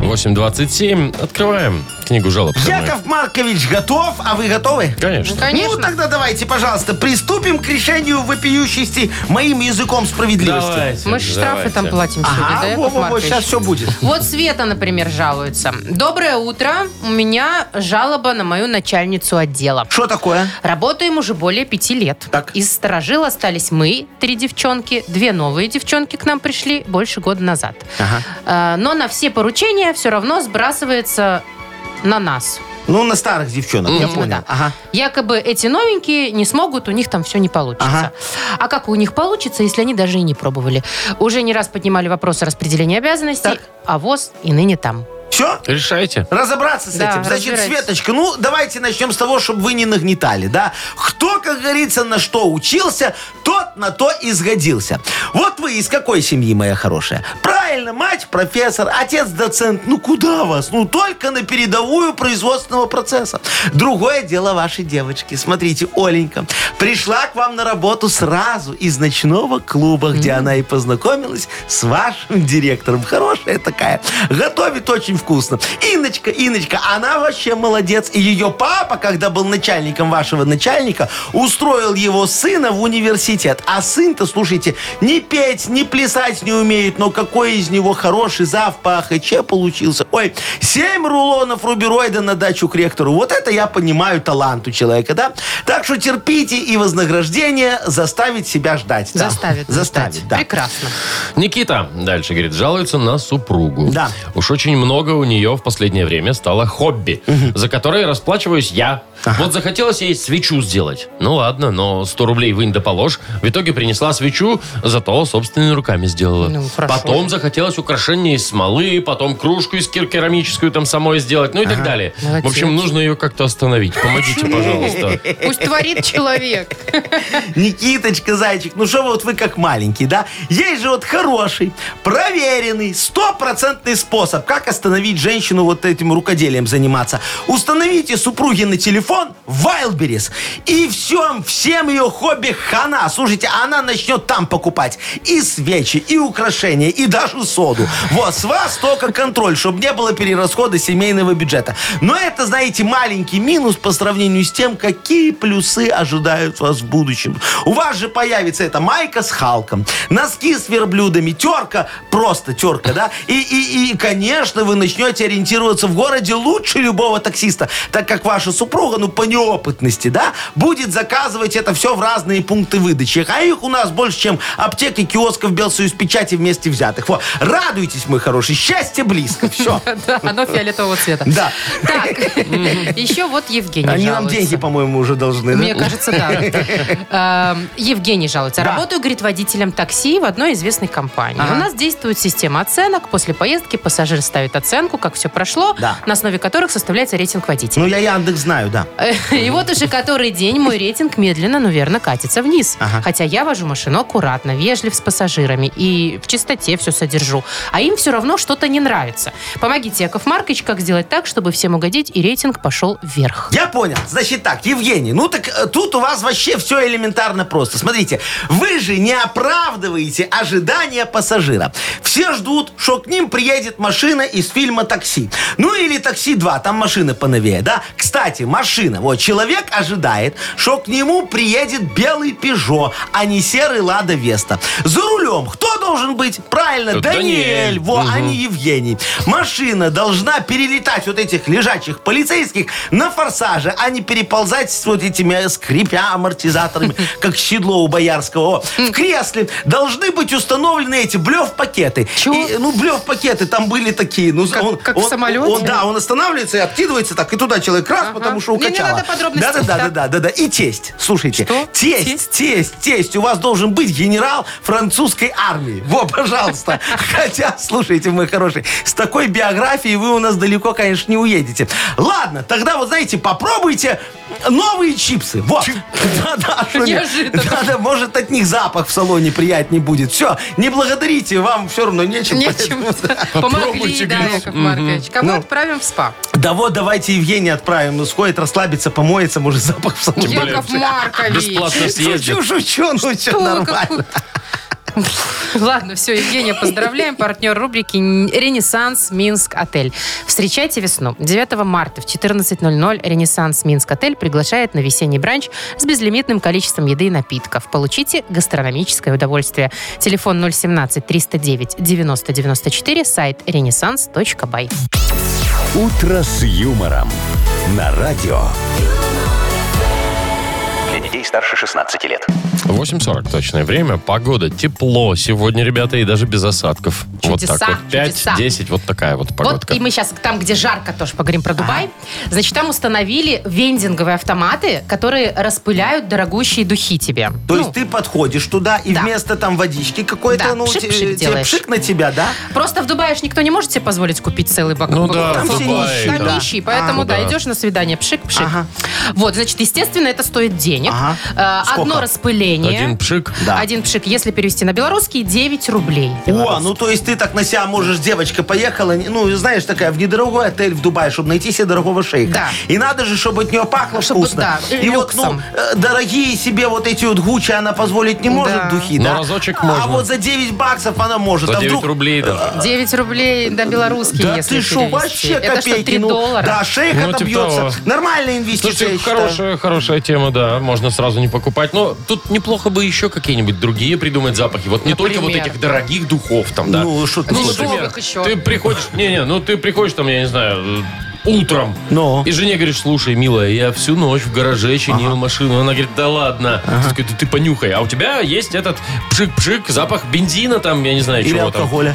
D: 8.27. Открываем книгу жалоб.
F: Яков Маркович готов, а вы готовы?
D: Конечно.
E: Конечно.
F: Ну, тогда давайте, пожалуйста, приступим к решению вопиющести моим языком справедливости.
D: Давайте,
E: Мы же штрафы
D: давайте.
E: там платим сегодня, да,
F: Ага,
E: Яков
F: во-во-во,
E: Маркович?
F: сейчас все будет.
E: Вот Света, например, жалуется. Доброе утро. У меня жалоба на мою начальницу отдела.
F: Что такое?
E: Работаем уже более пяти лет.
F: Так.
E: Из сторожил остались мы, три девчонки, две новые девчонки к нам пришли больше года назад. Э, Но на все поручения все равно сбрасывается на нас.
F: Ну, на старых девчонок, я
E: Видимо,
F: понял.
E: да.
F: Ага.
E: Якобы эти новенькие не смогут, у них там все не получится.
F: Ага.
E: А как у них получится, если они даже и не пробовали? Уже не раз поднимали вопросы распределения обязанностей, а ВОЗ и ныне там.
F: Все?
D: Решайте.
F: Разобраться с
E: Да,
F: этим. Значит,
E: разбирайтесь.
F: Светочка, ну давайте начнем с того, чтобы вы не нагнетали, да? Кто, как говорится, на что учился, тот на то и сгодился. Вот вы из какой семьи, моя хорошая? Правильно, мать профессор, отец доцент. Ну куда вас? Ну только на передовую производственного процесса. Другое дело ваши девочки. Смотрите, Оленька пришла к вам на работу сразу из ночного клуба, где она и познакомилась с вашим директором. Хорошая Э, такая. Готовит очень вкусно. Иночка, Иночка, она вообще молодец. И ее папа, когда был начальником вашего начальника, устроил его сына в университет. А сын-то, слушайте, ни петь, ни плясать не умеет, но какой из него хороший зав по АХЧ получился. Ой, семь рулонов рубероида на дачу к ректору. Вот это я понимаю талант у человека, да? Так что терпите и вознаграждение заставить себя ждать. да.
E: Заставит.
F: Заставит,
E: ждать.
F: да.
E: Прекрасно.
D: Никита дальше говорит, жалуется на супругу.
F: Да.
D: Уж очень много у нее в последнее время стало хобби, за которое расплачиваюсь я. Вот захотелось ей свечу сделать. Ну ладно, но 100 рублей вынь да положь. В итоге принесла свечу, зато собственными руками сделала.
E: Ну, хорошо.
D: потом захотелось украшение из смолы, потом кружку из кер- керамическую там самой сделать, ну и так далее. В общем,
E: Молодец.
D: нужно ее как-то остановить. Помогите, пожалуйста.
E: Пусть творит человек.
F: Никиточка, зайчик, ну что вот вы как маленький, да? Есть же вот хороший, проверенный, стопроцентный способ, как остановить женщину вот этим рукоделием заниматься. Установите супруге на телефон Wildberries, и всем, всем ее хобби хана. Слушайте, она начнет там покупать и свечи, и украшения, и даже соду. Вот, с вас только контроль, чтобы не было перерасхода семейного бюджета. Но это, знаете, маленький минус по сравнению с тем, какие плюсы ожидают вас в будущем. У вас же появится эта майка с Халком, носки с верблюдами, терка, просто терка, да? И, и, и, конечно, вы начнете ориентироваться в городе лучше любого таксиста, так как ваша супруга, ну, по неопытности, да, будет заказывать это все в разные пункты выдачи. А их у нас больше, чем аптек и киосков Белсоюз печати вместе взятых. Вот. Радуйтесь, мой хороший, счастье близко. Все.
E: Да, оно фиолетового цвета.
F: Да.
E: Так, еще вот Евгений
F: Они нам
E: жалуется.
F: деньги, по-моему, уже должны. да?
E: Мне кажется, да. Эм, Евгений жалуется.
F: Да.
E: Работаю, говорит, водителем такси в одной известной компании.
F: Ага.
E: У нас действует система оценок. После поездки пассажир ставит оценку, как все прошло,
F: Да.
E: на основе которых составляется рейтинг водителя.
F: Ну, я Яндекс знаю, да.
E: Э, И вот уже который день мой рейтинг медленно, но верно катится вниз.
F: Ага.
E: Хотя я вожу машину аккуратно, вежлив с пассажирами и в чистоте все содержу. А им все равно что-то не нравится. Помогите, Яков Маркович, как сделать так, чтобы всем угодить и рейтинг пошел вверх.
F: Я понял. Значит так, Евгений, ну так э, тут у вас вообще все элементарно просто. Смотрите, вы же не оправдываете ожидания пассажира. Все ждут, что к ним приедет машина из фильма «Такси». Ну или «Такси 2», там машина поновее, да? Кстати, машина. Вот человек ожидает, что к нему приедет белый «Пежо», а не серый «Лада Веста». За рулем кто должен быть? Правильно,
D: Даниэль.
F: Даниэль. Во, а не Евгений. Машина должна перелетать вот этих лежачих полицейских на форсаже, а не переползать с вот этими э, скрипя амортизаторами, как седло у Боярского. О, В кресле должны быть установлены эти блев-пакеты.
E: Чего?
F: И, ну, блев-пакеты там были такие. Ну,
E: Как-
F: он,
E: как в
F: он-
E: самолете?
F: он, да, он останавливается и откидывается так, и туда человек раз,
E: Ага.
F: потому что
E: Не, не
F: укачало.
E: надо подробностей.
F: Да-да-да, да, да, да. И тесть. Слушайте.
E: Что?
F: Тесть, тесть, тесть. У вас должен быть генерал французской армии. Во, пожалуйста. Хотя, слушайте, мой хороший, с такой биографией вы у нас далеко, конечно, не уедете. Ладно, тогда вот, знаете, попробуйте новые чипсы. Вот. Да-да, что не-
E: Неожиданно.
F: Да-да, может, от них запах в салоне приятнее будет. Все, не благодарите, вам все равно нечем.
E: Нечем.
D: Попробуйте, Ну,
E: Помогли, да,
D: говорю.
E: Яков Маркович. Кого отправим в спа?
F: Да вот, давайте Евгения отправим. Ну, сходит, расслабится, помоется, может, запах в салоне.
E: Яков Маркович.
D: Бесплатно съездит.
F: Шучу, шучу, ну все
E: Что вы,
F: нормально.
E: какой- Ладно, все, Евгения, поздравляем. Партнер рубрики «Ренессанс Минск Отель». Встречайте весну. 9 марта в 14.00 «Ренессанс Минск Отель» приглашает на весенний бранч с безлимитным количеством еды и напитков. Получите гастрономическое удовольствие. Телефон 017-309-9094, сайт renaissance.by.
A: «Утро с юмором» на радио.
G: Для детей старше 16 лет.
D: 8.40 точное время. Погода. Тепло сегодня, ребята, и даже без осадков.
E: Чудеса,
D: вот так вот.
E: чудеса.
D: 5-10, вот такая вот
E: Вот
D: погодка.
E: и мы сейчас там, где жарко, тоже поговорим про Дубай. Значит, там установили вендинговые автоматы, которые распыляют дорогущие духи тебе.
F: То
E: Ну,
F: есть ты подходишь туда, и
E: да.
F: вместо там водички какой-то,
E: Да,
F: ну,
E: пшик-пшик
F: те- тебе
E: делаешь.
F: пшик на тебя, да?
E: Просто в Дубае ж никто не может себе позволить купить целый бак.
D: Ну
E: бак-
D: да,
E: бак-
D: в
E: бак-
D: Дубае,
E: бак-
D: да.
E: нищий, поэтому
D: ну
E: да,
D: да.
E: идешь на свидание, пшик-пшик.
F: А, Ага.
E: Вот, значит, естественно, это стоит денег.
F: Ага.
E: Э,
F: Сколько?
E: Одно распыление.
D: Один пшик.
F: Да.
E: Один пшик, если перевести на белорусский, 9 рублей.
F: О, ну то есть ты так на себя можешь, девочка поехала, не- ну знаешь, такая в недорогой отель в Дубае, чтобы найти себе дорогого шейха.
E: Да.
F: И надо же, чтобы от нее пахло
E: Чтобы,
F: вкусно.
E: да,
F: и вот, ну,
E: люксом.
F: э, дорогие себе вот эти вот гучи она позволить не может
E: Да.
F: духи,
D: Но
F: да?
D: Ну, разочек
F: А
D: можно.
F: вот за 9 баксов она может.
D: За
F: а
D: 9
F: вдруг-
D: рублей даже.
E: 9 рублей на белорусский,
F: Да
E: если
F: ты что,
E: перевести.
F: вообще
E: Это что,
F: копейки.
E: 3
F: ну,
E: доллара?
F: Да, шейх
D: Ну, типа
F: отобьется.
D: того.
F: Нормальная инвестиция,
D: Слушайте,
F: я считаю.
D: хорошая, хорошая тема, да. Можно сразу не покупать. Но тут неплохо бы еще какие-нибудь другие придумать запахи. Вот не только вот
E: Например?
D: этих дорогих духов там, да.
F: Ну, что ты-
E: Ну,
D: например,
E: духовых еще.
D: ты приходишь, не-не, ну ты приходишь там, я не знаю, э, утром.
F: Ну.
D: И жене говоришь, слушай, милая, я всю ночь в гараже чинил машину. Она говорит, да ладно. Ты такой, «Да ты понюхай. А у тебя есть этот пшик-пшик, запах бензина там, я не знаю,
F: Или
D: чего
F: алкоголя.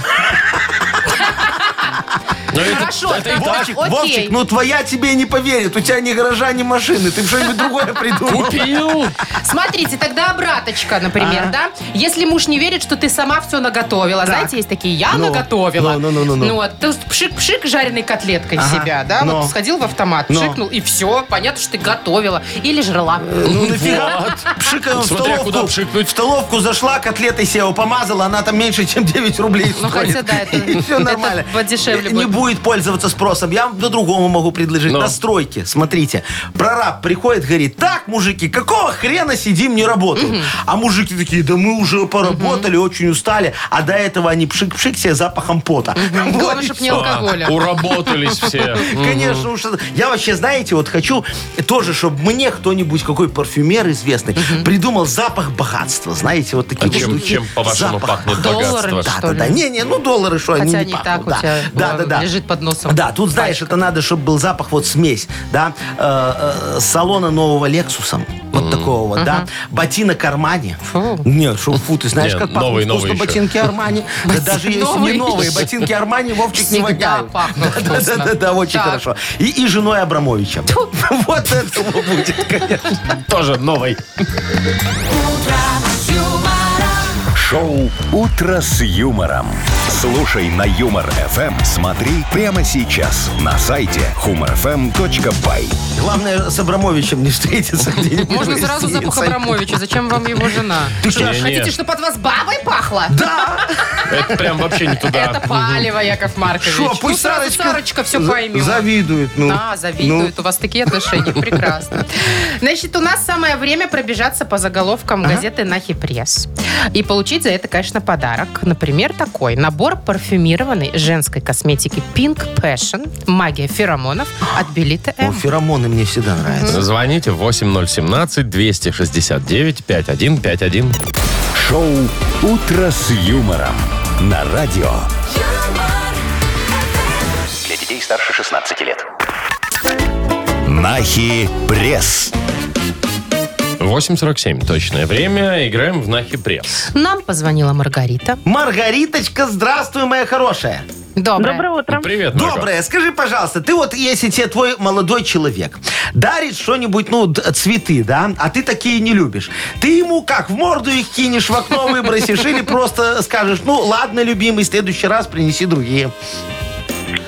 D: там. Но это-
E: Хорошо,
D: это и
E: так,
D: так.
F: Вовчик,
E: А Окей.
F: Вовчик, ну твоя тебе не поверит. У тебя ни гаража, ни машины. Ты б что-нибудь другое придумал.
D: Купил.
E: Смотрите, тогда обраточка, например, да? Если муж не верит, что ты сама все наготовила. Знаете, есть такие, я
F: Ну,
E: наготовила.
F: ну, ну, ну, ну, ну.
E: вот, то есть пшик-пшик жареной котлеткой в
F: Ага,
E: себя, да?
F: но.
E: Вот сходил в автомат,
F: Но.
E: пшикнул, и все. Понятно, что ты готовила. Или жрала.
F: Ну нафига?
D: Вот.
F: Пшикаю в
D: Смотря куда
F: столовку.
D: пшикнуть.
F: В столовку зашла, котлетой себе его помазала, она там меньше, чем 9 рублей
E: Ну,
F: стоит.
E: хотя, да, это-
F: Все
E: это
F: нормально.
E: подешевле
F: Не
E: будет.
F: будет пользоваться спросом. Я вам по-другому могу предложить.
D: Ну.
F: Настройки. Смотрите. Прораб приходит, говорит, так, мужики, какого хрена сидим, не работаем? А мужики такие, да мы уже поработали, очень устали. А до этого они пшик-пшик себе запахом пота. Вот
E: Главное,
F: и
E: чтобы не
F: всё.
E: алкоголя.
D: А, Уработались все.
F: Конечно, уж это- я вообще, знаете, вот хочу тоже, чтобы мне кто-нибудь, какой парфюмер известный, придумал запах богатства, знаете, вот такие
D: А
F: вот
D: чем,
F: духи.
D: чем по-вашему
F: Запах.
D: пахнет
E: Долларами,
D: богатство?
E: что
F: Да, да, да.
E: ли?
F: Не, не, ну доллары, что они
E: Хотя не
F: не
E: так
F: пахнут,
E: у тебя
F: да. Да, да,
E: э,
F: да.
E: лежит под носом.
F: Да, тут, знаешь, это надо, чтобы был запах, вот смесь, да, э, э, салона нового Лексуса, вот такого вот, да, ботинок Армани.
E: Фу.
F: Нет, шо, фу, ты знаешь,
D: Не,
F: как пахнут
D: новые, новые
F: вкусно
D: еще.
F: ботинки Армани. Да даже если не
E: Новые
F: новые,
E: еще.
F: ботинки Армани Вовчик не
E: Всегда
F: воняют.
E: пахнут
F: Да, да,
E: вкусно.
F: да, да, очень
E: Так.
F: хорошо. И, и женой Абрамовича. Вот это вот будет, конечно.
D: Тоже новый.
A: Шоу «Утро с юмором». Слушай на Юмор ФМ. Смотри прямо сейчас на сайте humorfm.by.
F: Главное, с Абрамовичем не встретиться где-нибудь.
E: Можно
F: в
E: сразу
F: гостинице.
E: запах Абрамовича. Зачем вам его жена?
D: что, не,
E: Хотите,
D: не.
E: чтобы от вас бабой пахло?
F: Да,
D: Это прям вообще не туда.
E: Это палево, Яков Маркович.
F: Шо,
E: ну,
F: пусть
E: сразу
F: Сарочка-
E: Сарочка все
F: за-
E: поймет.
F: Завидует, ну.
E: Да, завидуют. У вас такие отношения. Прекрасно. Значит, у нас самое время пробежаться по заголовкам газеты «Нахи Пресс». И получить за это, конечно, подарок. Например, такой. Набор парфюмированной женской косметики Pink Passion. Магия феромонов от Белита
F: Ну. О,
E: М.
F: феромоны мне всегда нравятся.
E: Э.
D: Звоните 8017-269-5151.
A: Шоу «Утро с юмором» на радио.
G: Для детей старше 16 лет.
A: Нахи пресс.
D: 8.47 точное время. Играем в Нахи Пресс.
E: Нам позвонила Маргарита.
F: Маргариточка, здравствуй, моя хорошая.
E: Доброе.
I: Доброе утро.
D: Привет, Марго.
F: Добрая, скажи, пожалуйста, ты вот, если тебе твой молодой человек дарит что-нибудь, ну, д- цветы, да, а ты такие не любишь, ты ему как, в морду их кинешь, в окно выбросишь или просто скажешь, ну, ладно, любимый, в следующий раз принеси другие.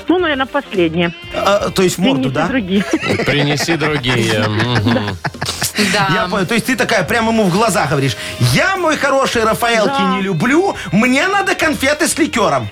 I: Ну, наверное, последнее.
F: А, то есть в морду,
I: Принеси
F: да?
I: другие.
D: Принеси другие. Мгм.
F: Я
E: Да.
F: понял. То есть ты такая прямо ему в глаза говоришь, я, мой хороший Рафаэлки, не люблю, мне надо конфеты с ликером.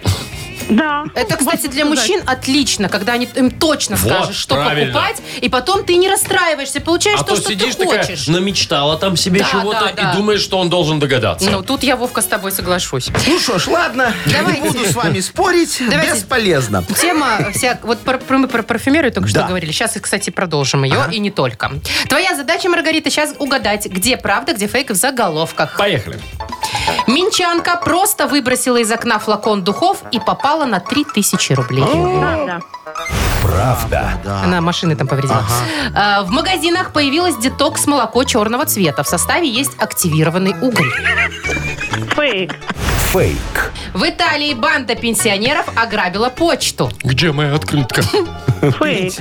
I: Да.
E: Это, кстати, для мужчин отлично, когда они, им точно
D: Вот,
E: скажешь, что
D: правильно.
E: покупать, и потом ты не расстраиваешься, получаешь
D: А то
E: то, что
D: сидишь
E: ты
D: такая,
E: хочешь.
D: намечтала там себе
E: Да,
D: чего-то
E: да, да.
D: и думаешь, что он должен догадаться.
E: Ну, тут я, Вовка, с тобой соглашусь.
F: Ну что ж, ладно,
E: Давайте.
F: не буду с вами спорить,
E: Давайте.
F: бесполезно.
E: Тема вся... Вот про, про- мы про парфюмерию только что
F: Да.
E: говорили. Сейчас, кстати, продолжим ее, и не только. Твоя задача, Маргарита, сейчас угадать, где правда, где фейк в заголовках.
D: Поехали.
E: Минчанка просто выбросила из окна флакон духов и попала на 3000 рублей.
I: Правда.
E: Она машины там повредила. А, в магазинах появилась детокс молоко черного цвета. В составе есть активированный уголь.
I: Фейк.
A: Фейк.
E: В Италии банда пенсионеров ограбила почту.
D: Где моя открытка?
I: Фейк.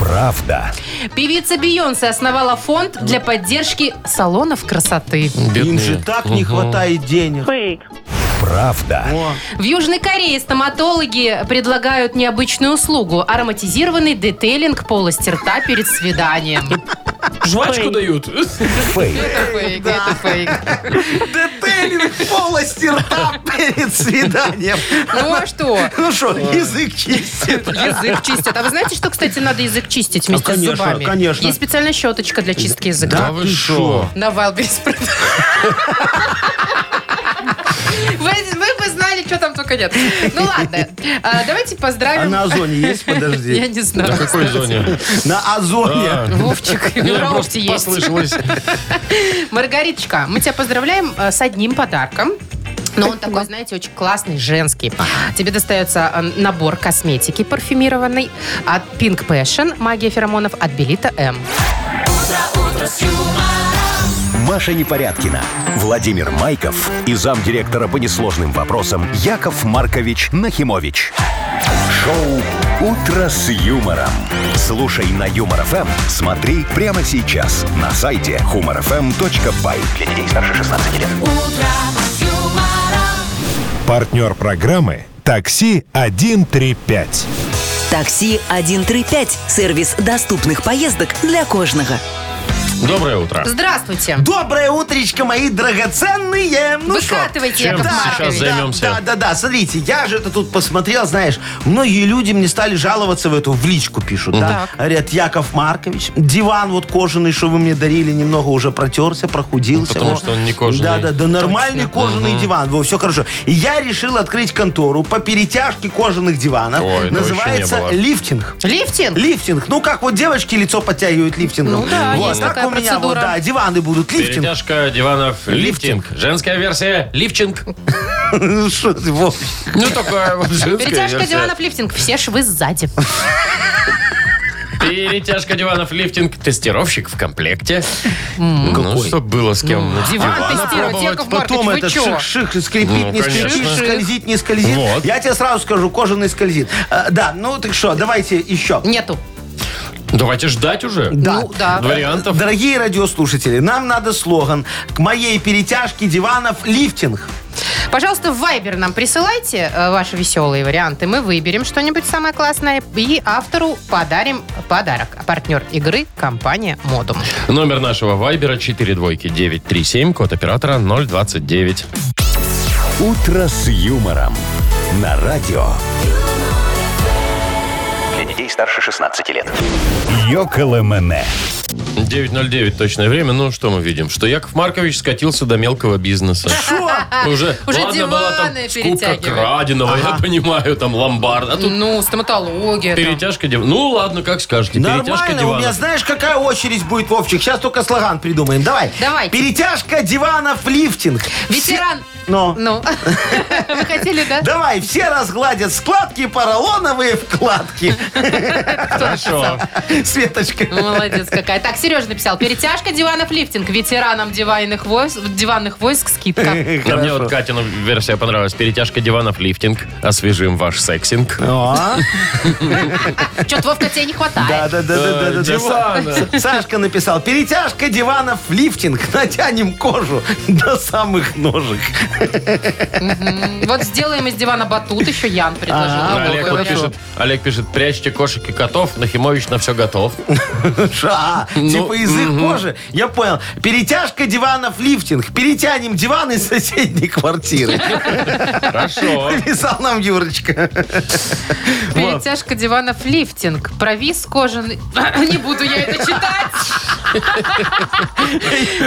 A: Правда.
E: Певица Бейонсе основала фонд для поддержки салонов красоты.
F: Им же так не хватает денег.
I: Фейк.
A: Правда.
F: О,
E: В Южной Корее стоматологи предлагают необычную услугу – ароматизированный детейлинг полости рта перед свиданием.
D: Жвачку
I: Фейк.
F: А
D: дают.
A: Фейк.
F: детейлинг полости рта перед свиданием.
E: Ну а что?
F: Ну что, язык чистит.
E: Язык чистят. А вы знаете, что, кстати, надо язык чистить вместе
F: А, конечно,
E: с зубами?
F: конечно.
E: Есть специальная щеточка для чистки языка.
D: Да вы шо?
E: На Вайлдберрис продают. Вы, вы бы знали, что там только нет. Ну ладно, А, давайте
F: А
E: поздравим.
F: на озоне есть?
E: Я
F: Подожди.
E: не
D: На
E: знаю.
D: какой зоне?
F: На
D: А.
F: озоне.
E: Вовчик, и
D: Ну, я
E: на
D: просто
E: Раухте есть.
D: послышалось.
E: Маргариточка, мы тебя поздравляем э, с одним подарком. Но он такой, знаете, очень классный, женский. Тебе достается э, набор косметики парфюмированный от Pink Passion, магия феромонов, от Белита М.
A: Маша Непорядкина, Владимир Майков и замдиректора по несложным вопросам Яков Маркович Нахимович. Шоу «Утро с юмором». Слушай на Юмор ФМ, смотри прямо сейчас на сайте humorfm.by. Для детей старше 16 лет.
B: Партнер программы «Такси 135».
C: Такси 135 сервис доступных поездок для кожного.
D: Доброе утро.
E: Здравствуйте.
F: Доброе утречко, мои драгоценные. Ну шо?
E: Выкатывайте,
D: Чем
E: Яков
D: сейчас
E: Маркович.
D: за- займемся.
F: Да, да, да, смотрите, я же это тут посмотрел, знаешь, многие люди мне стали жаловаться в эту, в личку пишут, да. Говорят, Яков Маркович, диван вот кожаный, что вы мне дарили, немного уже протерся, прохудился.
D: Потому
F: Во.
D: что он не кожаный.
F: Да, да, да, нормальный кожаный диван, во, все хорошо. И я решил открыть контору по перетяжке кожаных диванов.
D: Ой, этого еще не
F: Называется
D: было.
F: лифтинг.
E: Лифтинг?
F: Лифтинг. Ну, как вот девочки лицо подтягивают лифтингом.
E: Ну да,
F: вот,
E: есть
F: так
E: такая
F: у меня вот,
E: процедура.
F: да, диваны будут лифтинг.
D: Перетяжка диванов лифтинг. Женская версия лифчинг.
F: Шо ты, Вов?
D: Ну, такая вот женская
E: Перетяжка
D: версия.
E: диванов лифтинг. Все швы сзади.
D: Перетяжка диванов лифтинг. Тестировщик в комплекте. Ну, чтоб было с кем. на
E: Диван тестировать,
D: пробовать
E: Яков
F: Потом
E: Маркович,
F: это
E: вы чё?
F: ших-ших, скрипит,
D: Ну,
F: не скрипит,
D: конечно.
F: скользит, не скользит.
D: Вот.
F: Я тебе сразу скажу, кожаный скользит. А, да, ну так что, давайте еще. А,
E: Нету.
D: Давайте ждать уже.
E: Ну, да.
D: Вариантов.
F: Дорогие радиослушатели, нам надо слоган к моей перетяжке диванов лифтинг.
E: Пожалуйста, в Вайбер нам присылайте э, ваши веселые варианты. Мы выберем что-нибудь самое классное и автору подарим подарок. А партнер игры – компания «Модум».
D: Номер нашего вайбера 4 двойки 937, код оператора 029.
A: «Утро с юмором» на радио.
G: Для детей старше 16 лет.
B: Йоколэмэне.
D: 9.09 точное время. Ну, что мы видим? Что Яков Маркович скатился до мелкого бизнеса. Уже,
E: Уже
D: ладно,
E: диваны
D: была там скупка
E: перетягивает.
D: краденого, я понимаю, там ломбард. А тут
E: Ну, стоматология. там.
D: перетяжка дивана. Ну, ладно, как скажете, перетяжка
F: Нормально, у меня
D: дивана.
F: знаешь, какая очередь будет, Вовчик? Сейчас только слоган придумаем. Давай.
E: Давайте.
F: Перетяжка диванов лифтинг.
E: Ветеран.
F: Но.
E: Ну, вы хотели, да?
F: Давай, все разгладят складки, поролоновые вкладки.
D: Хорошо.
F: Светочка.
E: Ну, Молодец какая. Так, Сережа написал. Перетяжка диванов лифтинг. Ветеранам диванных войск, диванных войск скидка.
D: А мне вот Катина версия понравилась. Перетяжка диванов лифтинг. Освежим ваш сексинг. а?
F: О,
E: Че-то, Вовка, тебе не
F: Да,
E: хватает.
F: да, да, да, да, да.
D: дивана.
F: Са- Са- Сашка написал, перетяжка диванов лифтинг, натянем кожу до самых ножек.
E: Вот сделаем из дивана батут, еще Ян предложил.
D: А
E: Другой
D: Олег, вот
E: вариант.
D: пишет, Олег пишет, прячьте кошек и котов, Нахимович на все готов.
F: Ша, типа из их кожи. Я понял. Перетяжка диванов лифтинг. Перетянем диван из соседней квартиры.
D: Хорошо.
F: Написал нам Юрочка. Вот.
E: Перетяжка диванов лифтинг. Провис кожаный... Не буду я это читать.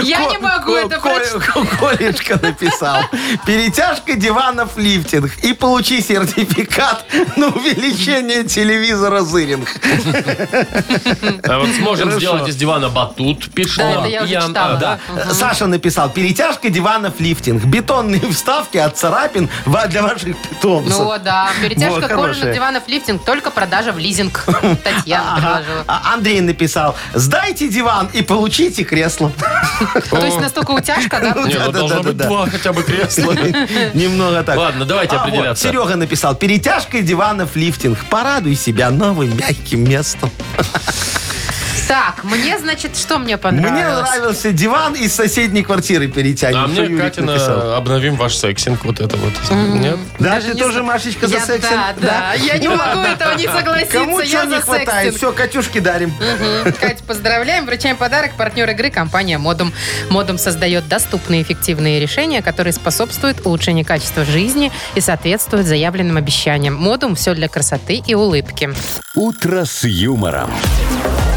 E: Я не
F: Ко-
E: могу
F: Ко-
E: это
F: Ко-
E: прочитать.
F: Ко- Колечка написал. Перетяжка диванов лифтинг. И получи сертификат на увеличение телевизора зыринг.
D: А вот сможем
F: Хорошо.
D: сделать из дивана батут, пишет.
E: Да,
D: нам
E: это я уже
D: Ян.
E: читала,
D: А,
E: да.
F: Саша написал, перетяжка диванов лифтинг, бетонные вставки от царапин ва- для ваших питомцев.
E: Ну да,
F: Вот,
E: перетяжка кожаных
F: хорошая.
E: диванов лифтинг, только продажа в лизинг. Татьяна
F: Ага.
E: предложила.
F: А Андрей написал, сдайте диван и получите кресло.
E: То есть настолько утяжка,
D: Не,
E: да?
D: ну
F: Да-да-да-да-да.
D: должно быть два хотя бы кресла. А
F: Немного так.
D: Ладно, давайте
F: А, вот,
D: определяться.
F: Серега написал, перетяжка диванов лифтинг, порадуй себя новым мягким местом.
E: Так, мне, значит, что мне
F: Мне
E: понравилось?
F: нравился диван из соседней квартиры перетянем.
D: А
F: Что
D: мне,
F: Юрик написал?
D: Катина, обновим ваш сексинг, вот это вот. Нет?
F: Да,
E: Даже
F: ты
E: не
F: тоже,
E: зна-
F: Машечка, за
E: Я-
F: сексинг?
E: Да, да. Я не могу этого не согласиться.
F: Кому чего
E: я
F: не
E: за
F: хватает?
E: сексинг.
F: Все, Катюшки дарим.
E: Мгм. Кать, поздравляем. Вручаем подарок. Партнер игры компания Модум. Модум создает доступные и эффективные решения, которые способствуют улучшению качества жизни и соответствуют заявленным обещаниям. Модум все для красоты и улыбки.
A: «Утро с юмором».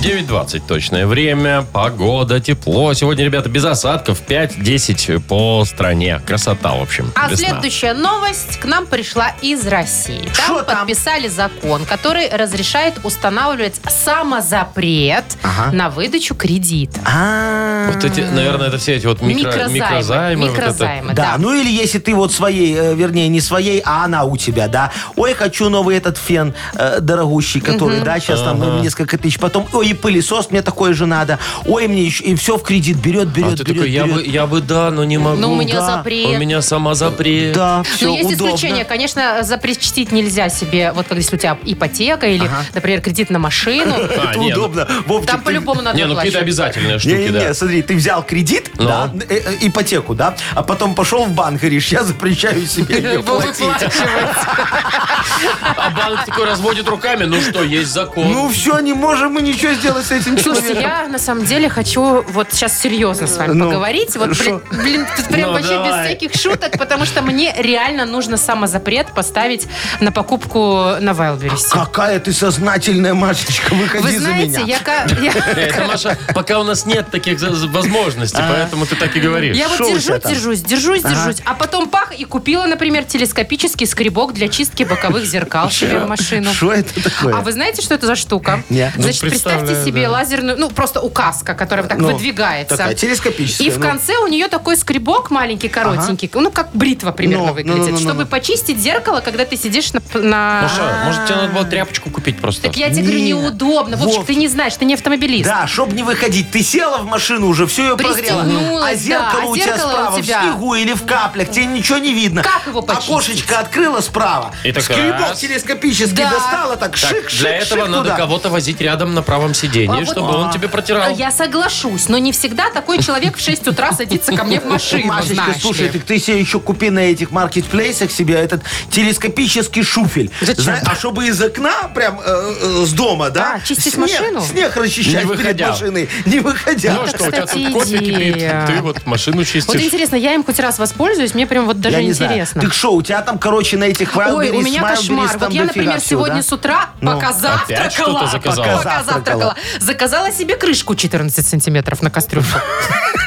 D: 9.20 точное время, погода, тепло. Сегодня, ребята, без осадков 5-10 по стране. Красота, в общем.
E: А
D: весна.
E: следующая новость к нам пришла из России. Там
F: Шо там?
E: подписали закон, который разрешает устанавливать самозапрет
F: Ага.
E: на выдачу кредита.
F: А.
D: Вот эти, наверное, это все эти вот микро- микрозаймы.
E: Микрозаймы.
D: вот это.
E: Микрозаймы,
F: Да,
E: да.
F: ну или если ты вот своей, э, вернее, не своей, а она у тебя, да. Ой, хочу новый этот фен э, дорогущий, который, да, сейчас там ну, несколько тысяч. Потом, ой, и пылесос мне такой же надо. Ой, мне еще, и все в кредит берет,
D: А
F: берет,
D: ты
F: берет,
D: такой, я бы,
F: берет.
D: я бы да, но не могу.
E: Но у меня
F: ну да.
E: Ну, запрет.
D: У меня сама запрет.
F: Да, все,
E: ну, есть
F: удобно.
E: исключения. Конечно, запрещить нельзя себе, вот когда если у тебя ипотека или, например, кредит на машину.
D: А,
F: Это
D: не, ну-
F: удобно. Вовчик,
E: Там
F: ты-
E: по-любому надо
D: Не, ну какие-то
E: оплачивать.
D: обязательные штуки,
F: Не-не-не,
D: да.
F: смотри, ты взял кредит,
D: Ну.
F: да, э, э, ипотеку, да, а потом пошел в банк, говоришь, я запрещаю себе ее платить.
D: А банк такой разводит руками, ну что, есть закон.
F: Ну все, не можем мы ничего сделать с этим
E: Ну, Слушайте,
F: человеком.
E: я на самом деле хочу вот сейчас серьезно с вами
F: Ну,
E: поговорить. Вот, блин,
F: шо?
E: блин, тут прям
D: Ну,
E: вообще
D: давай.
E: без всяких шуток, потому что мне реально нужно самозапрет поставить на покупку на Wildberries.
F: Какая ты сознательная, Машечка, выходи
E: Вы
F: за
E: знаете,
F: меня.
E: я, ка- я-
D: Э, Это, Маша, пока у нас нет таких за- за- возможностей,
F: А.
D: поэтому ты так и говоришь.
E: я вот
F: шо у тебя
E: держусь,
F: там?
E: держусь, держусь, держусь. А потом пах и купила, например, телескопический скребок для чистки боковых зеркал себе в машину.
F: Что это такое?
E: Ну. А вы знаете, что это за штука?
F: Нет. Ну,
E: Значит, представьте
D: представляю,
E: себе
D: да.
E: лазерную, ну, просто указка, которая вот так
F: Ну,
E: выдвигается.
F: такая телескопическая,
E: И в
F: ну.
E: конце у нее такой скребок маленький, коротенький, ну, как бритва примерно
F: Ну,
E: выглядит,
F: ну, ну, ну,
E: чтобы
F: ну.
E: почистить зеркало, когда ты сидишь на... на-
D: Ну что, может, тебе надо было тряпочку купить просто?
E: А. Так я тебе говорю,
F: Не.
E: неудобно. Вовчик,
F: Вов.
E: ты не знаешь, ты не автомобилист.
F: Да, чтоб не выходить. Ты села в машину уже, все ее погрела.
E: Пристегнулась, да,
F: А зеркало
E: а
F: у тебя
E: зеркало у
F: справа
E: тебя-
F: в снегу или в каплях, тебе ничего не видно.
E: Как его почистить?
F: Окошечко открыла справа.
D: И так
F: Скребок
D: раз.
F: телескопический
E: Да.
F: достала, так,
D: Так,
F: шик, шик,
D: для этого
F: шик
D: надо
F: туда.
D: кого-то возить рядом на правом сиденье,
E: А вот-
D: чтобы он тебе
E: А
D: протирал.
E: Я соглашусь, но не всегда такой человек в 6 утра садится ко мне в машину,
F: Машечка,
E: знаешь
F: слушай,
E: ли.
F: так ты себе еще купи на этих маркетплейсах себе этот телескопический шуфель. Зна- А чтобы из окна, прям э, э, с дома, да?
E: А, чистить
F: снег,
E: машину?
F: Снег
D: Не
F: расчищать перед
D: выходя.
F: машиной, не выходя.
D: Ну что, у тебя
E: кстати,
D: тут кофе кипит,
E: идея.
D: ты вот машину
E: Вот
D: чистишь.
E: интересно, я им хоть раз воспользуюсь, мне прям вот даже
F: Я не
E: интересно.
F: знаю. Так что, у тебя там, короче, на этих
E: Ой, у
F: Wildberries,
E: меня
F: Wildberries
E: кошмар.
F: там
E: Вот я,
F: дофига
E: например,
F: всего,
E: сегодня
F: да?
E: с утра
F: Ну,
E: пока
F: опять
E: завтракала.
D: что-то заказала?
E: Пока завтракала. Заказала себе крышку 14 сантиметров на кастрюльку.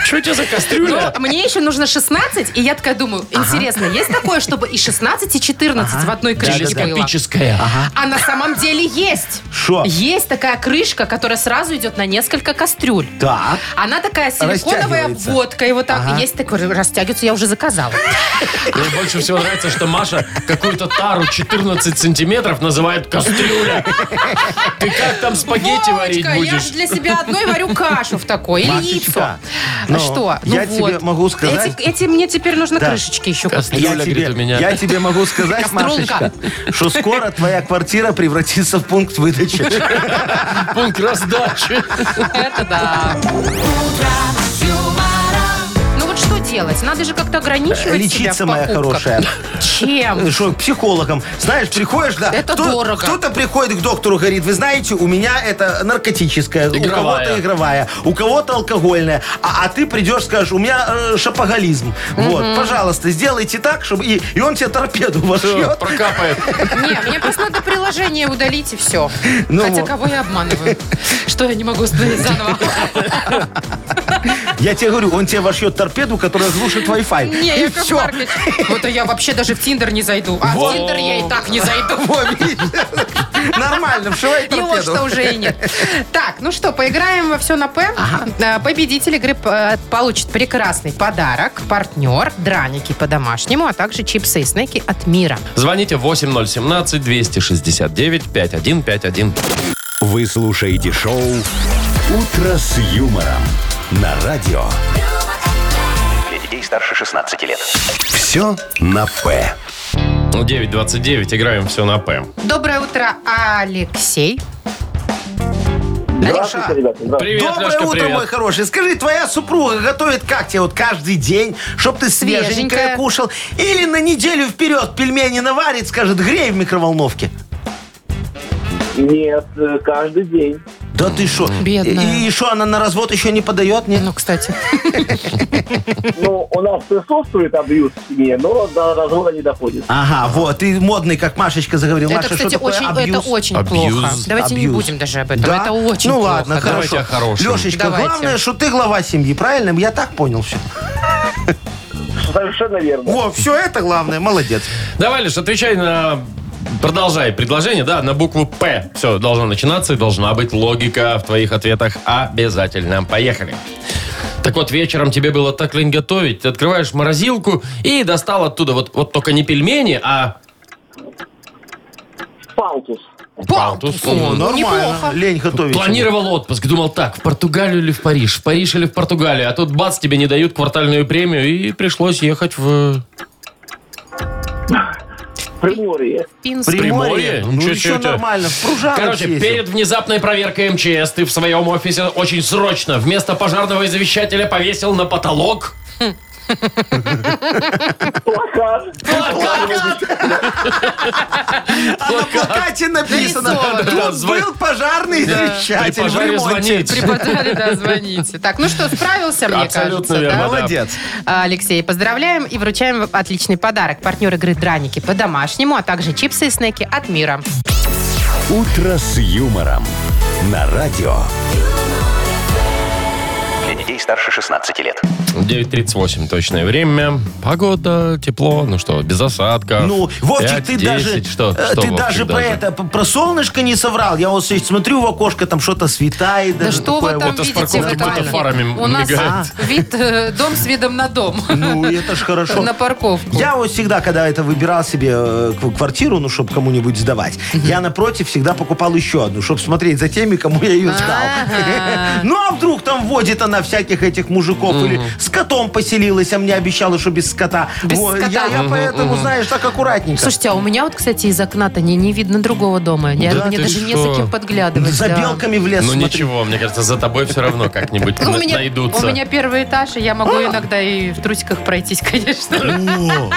D: Что у тебя за
E: Но
D: кастрюля?
E: мне еще нужно 16, и я такая думаю, интересно, есть такое, чтобы и 16, и 14 в одной крышке было?
D: Телескопическая.
E: А на самом деле есть.
F: Шо?
E: Есть такая крышка, которая сразу идет на несколько кастрюль.
F: Да.
E: Она такая силиконовая
F: Растягивается.
E: обводка, и вот так есть такой растягивается, я уже заказала.
D: Мне больше всего нравится, что Маша какую-то тару 14 сантиметров называет кастрюля. Ты как там спагетти варить
E: Вовочка, я же
D: будешь?
E: для себя одной варю кашу в такой, или яйцо.
F: Машечка,
E: А
F: ну,
E: что? Ну
F: я
E: вот.
F: тебе могу сказать-
E: Эти, эти мне теперь нужно
F: Да.
E: крышечки еще купить.
D: Кастрюля,
F: Я
D: говорит, у
F: тебе,
D: меня.
F: я тебе могу сказать,
E: Кастрюлька.
F: Машечка, что скоро твоя квартира превратится в пункт выдачи.
D: Пункт раздачи.
E: Это да. Ну вот что делать? Надо же как-то ограничивать себя
F: Лечиться,
E: в
F: моя
E: покупках.
F: хорошая.
E: Чем?
F: Ну Что, к психологам. Знаешь, приходишь, да.
E: Это дорого.
F: Кто-то приходит к доктору, говорит, вы знаете, у меня это наркотическая, у
D: Игровая.
F: кого-то игровая, у кого-то алкогольная. А, а ты придешь, скажешь, у меня э, шапоголизм. Вот, пожалуйста, сделайте так, чтобы... И, и он тебе торпеду
D: Всё,
F: вошьет.
D: Прокапает.
E: Не, мне просто надо приложение удалить и все.
F: Ну
E: Хотя
F: вот.
E: кого я обманываю? Что я не могу установить заново?
F: Я тебе говорю, он тебе вошьет торпеду, которая глушит Wi-Fi.
E: Не,
F: и
E: Яков
F: все.
E: Маркович, вот я вообще даже в Тиндер не зайду. А в
F: Вот.
E: Тиндер я и так не зайду.
F: Во, видишь? Нормально, вшивай
E: Его что
F: торпеду.
E: уже и нет. Так, ну что, поиграем во все на П. Э, Победитель игры э, получит прекрасный подарок, партнер, драники по-домашнему, а также чипсы и снеки от мира.
D: Звоните 8017-269-5151.
A: Вы слушаете шоу «Утро с юмором» на радио.
G: Для детей старше 16 лет.
A: Все на «П».
D: Ну, 9.29, играем все на П.
E: Доброе утро, Алексей.
H: Здравствуйте, ребята. Здравствуйте.
D: Привет,
F: Доброе
D: Лешка,
F: утро,
D: привет.
F: мой хороший. Скажи, твоя супруга готовит как тебе вот каждый день, чтоб ты свеженькое
E: Свеженькое.
F: кушал? Или на неделю вперед пельмени наварит, скажет, грей в микроволновке?
H: Нет, э, каждый день.
F: Да ты что?
E: Бедная.
F: И что, она на развод еще не подает? Нет?
E: Ну, кстати.
H: Ну, у нас присутствует абьюз в семье, но до развода не доходит.
F: Ага, вот, и модный, как Машечка заговорила.
E: Это,
F: Маша,
E: кстати,
F: что такое
E: очень,
F: абьюз?
E: это очень
D: Абьюз.
E: плохо. Давайте не
F: Абьюз.
E: будем даже об этом.
F: Да?
E: Это очень
F: Ну
E: плохо.
F: ладно,
E: Да.
F: хорошо.
D: Давайте о хорошем.
F: Лешечка,
E: Давайте.
F: главное, что ты глава семьи, правильно? Я так понял все.
H: Совершенно верно.
F: Во, все это главное, молодец.
D: Давай, Леш, отвечай на... Продолжай предложение, да, на букву «П». Все, должно начинаться и должна быть логика в твоих ответах обязательно. Поехали. Так вот, вечером тебе было так лень готовить. Ты открываешь морозилку и достал оттуда вот, вот только не пельмени, а
H: Палтус.
D: палтус.
F: О,
D: Мгм.
F: нормально.
E: ну, неплохо.
F: Лень готовить.
D: Планировал отпуск, думал так, в Португалию или в Париж, в Париж или в Португалию, а тут бац, тебе не дают квартальную премию и пришлось ехать в...
H: Приморье.
E: Пинск.
F: Приморье?
D: Приморье?
F: Ну,
D: Чё- чё
F: еще
D: это?
F: нормально. В Пружаново
D: э, Короче,
F: съездил.
D: перед внезапной проверкой МЧС ты в своем офисе очень срочно вместо пожарного извещателя повесил на потолок
H: Плакат.
D: плакат.
F: А на плакате написано,
E: Нарисовано.
D: Да,
F: тут
D: звон-
F: был пожарный
D: При
F: извещатель в
D: пожаре
F: ремонте.
D: звонить.
E: Преподали, да, звоните. Так, ну что, справился, мне
D: Абсолютно
E: кажется. да?
D: верно, да.
F: Молодец.
E: А, Алексей, поздравляем и вручаем вам отличный подарок. Партнер игры «Драники» по-домашнему, а также чипсы и снеки от мира.
A: «Утро с юмором» на радио.
G: Для детей старше 16 лет.
D: 9.38 точное время. Погода, тепло, ну что, без осадка.
F: Ну, Вовчик, ты
D: 5-10,
F: даже,
D: Что,
F: э,
D: что,
F: ты
D: Вовчик,
F: даже про это, п- про солнышко не соврал. Я вот здесь смотрю в окошко, там что-то светает.
E: Да
F: даже
E: что
F: такое
E: вы там
D: вот из
E: видите в
D: парковки
E: этом
D: кто-то
E: доме?
D: фарами
E: У нас
D: мигает.
E: э, вид э, дом с видом на дом.
F: вот. Ну, это ж хорошо.
E: На парковку.
F: Я вот всегда, когда это выбирал себе э, кв- квартиру, ну, чтобы кому-нибудь сдавать, я напротив всегда покупал еще одну, чтобы смотреть за теми, кому я ее сдал. Ну, а вдруг там водит она всяких этих мужиков или с котом поселилась, а мне обещала, что без скота.
E: Без
F: Во,
E: скота.
F: Я я поэтому, знаешь, так аккуратненько.
E: Слушайте, а у меня вот, кстати, из окна-то не, не видно другого дома. Я-
D: Да
E: мне
D: ты
E: даже не
D: что?
E: за кем подглядывать.
F: За
E: да.
F: белками в лес
D: Ну
F: смотри.
D: ничего, мне кажется, за тобой все равно как-нибудь
E: Ну,
D: на-
E: у, меня,
D: найдутся.
E: у меня первый этаж, и я могу иногда и в трусиках пройтись, конечно.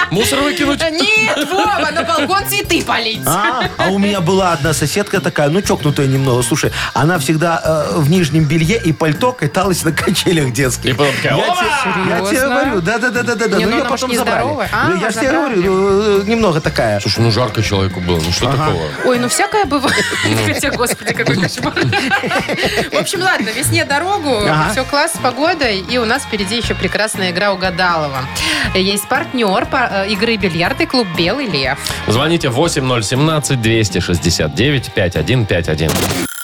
D: Мусор выкинуть?
E: Нет, Вова, на балкон цветы полить.
F: А, а у меня была одна соседка такая, ну, чокнутая немного, слушай, она всегда э, в нижнем белье и пальто каталась на качелях детских.
D: И потом Типа такая, «Опа!»
F: Я тебе
E: Серьезно?
F: говорю, да-да-да-да-да.
E: Не,
F: Ну,
E: ну
F: ее
E: она ж
F: потом
E: не
F: забрали.
E: здоровая. А,
F: Ну, я же тебе
E: забрали.
F: говорю, ну, э, немного такая.
D: Слушай, ну жарко человеку было, ну что такого?
E: Ой, ну всякое бывает. Хотя, господи, какой кошмар. В общем, ладно, весне дорогу,
F: Ага.
E: все класс с погодой, и у нас впереди еще прекрасная игра угадалова. Есть партнер по- э, игры бильярд и клуб «Белый лев».
D: Звоните 8017-269-5151.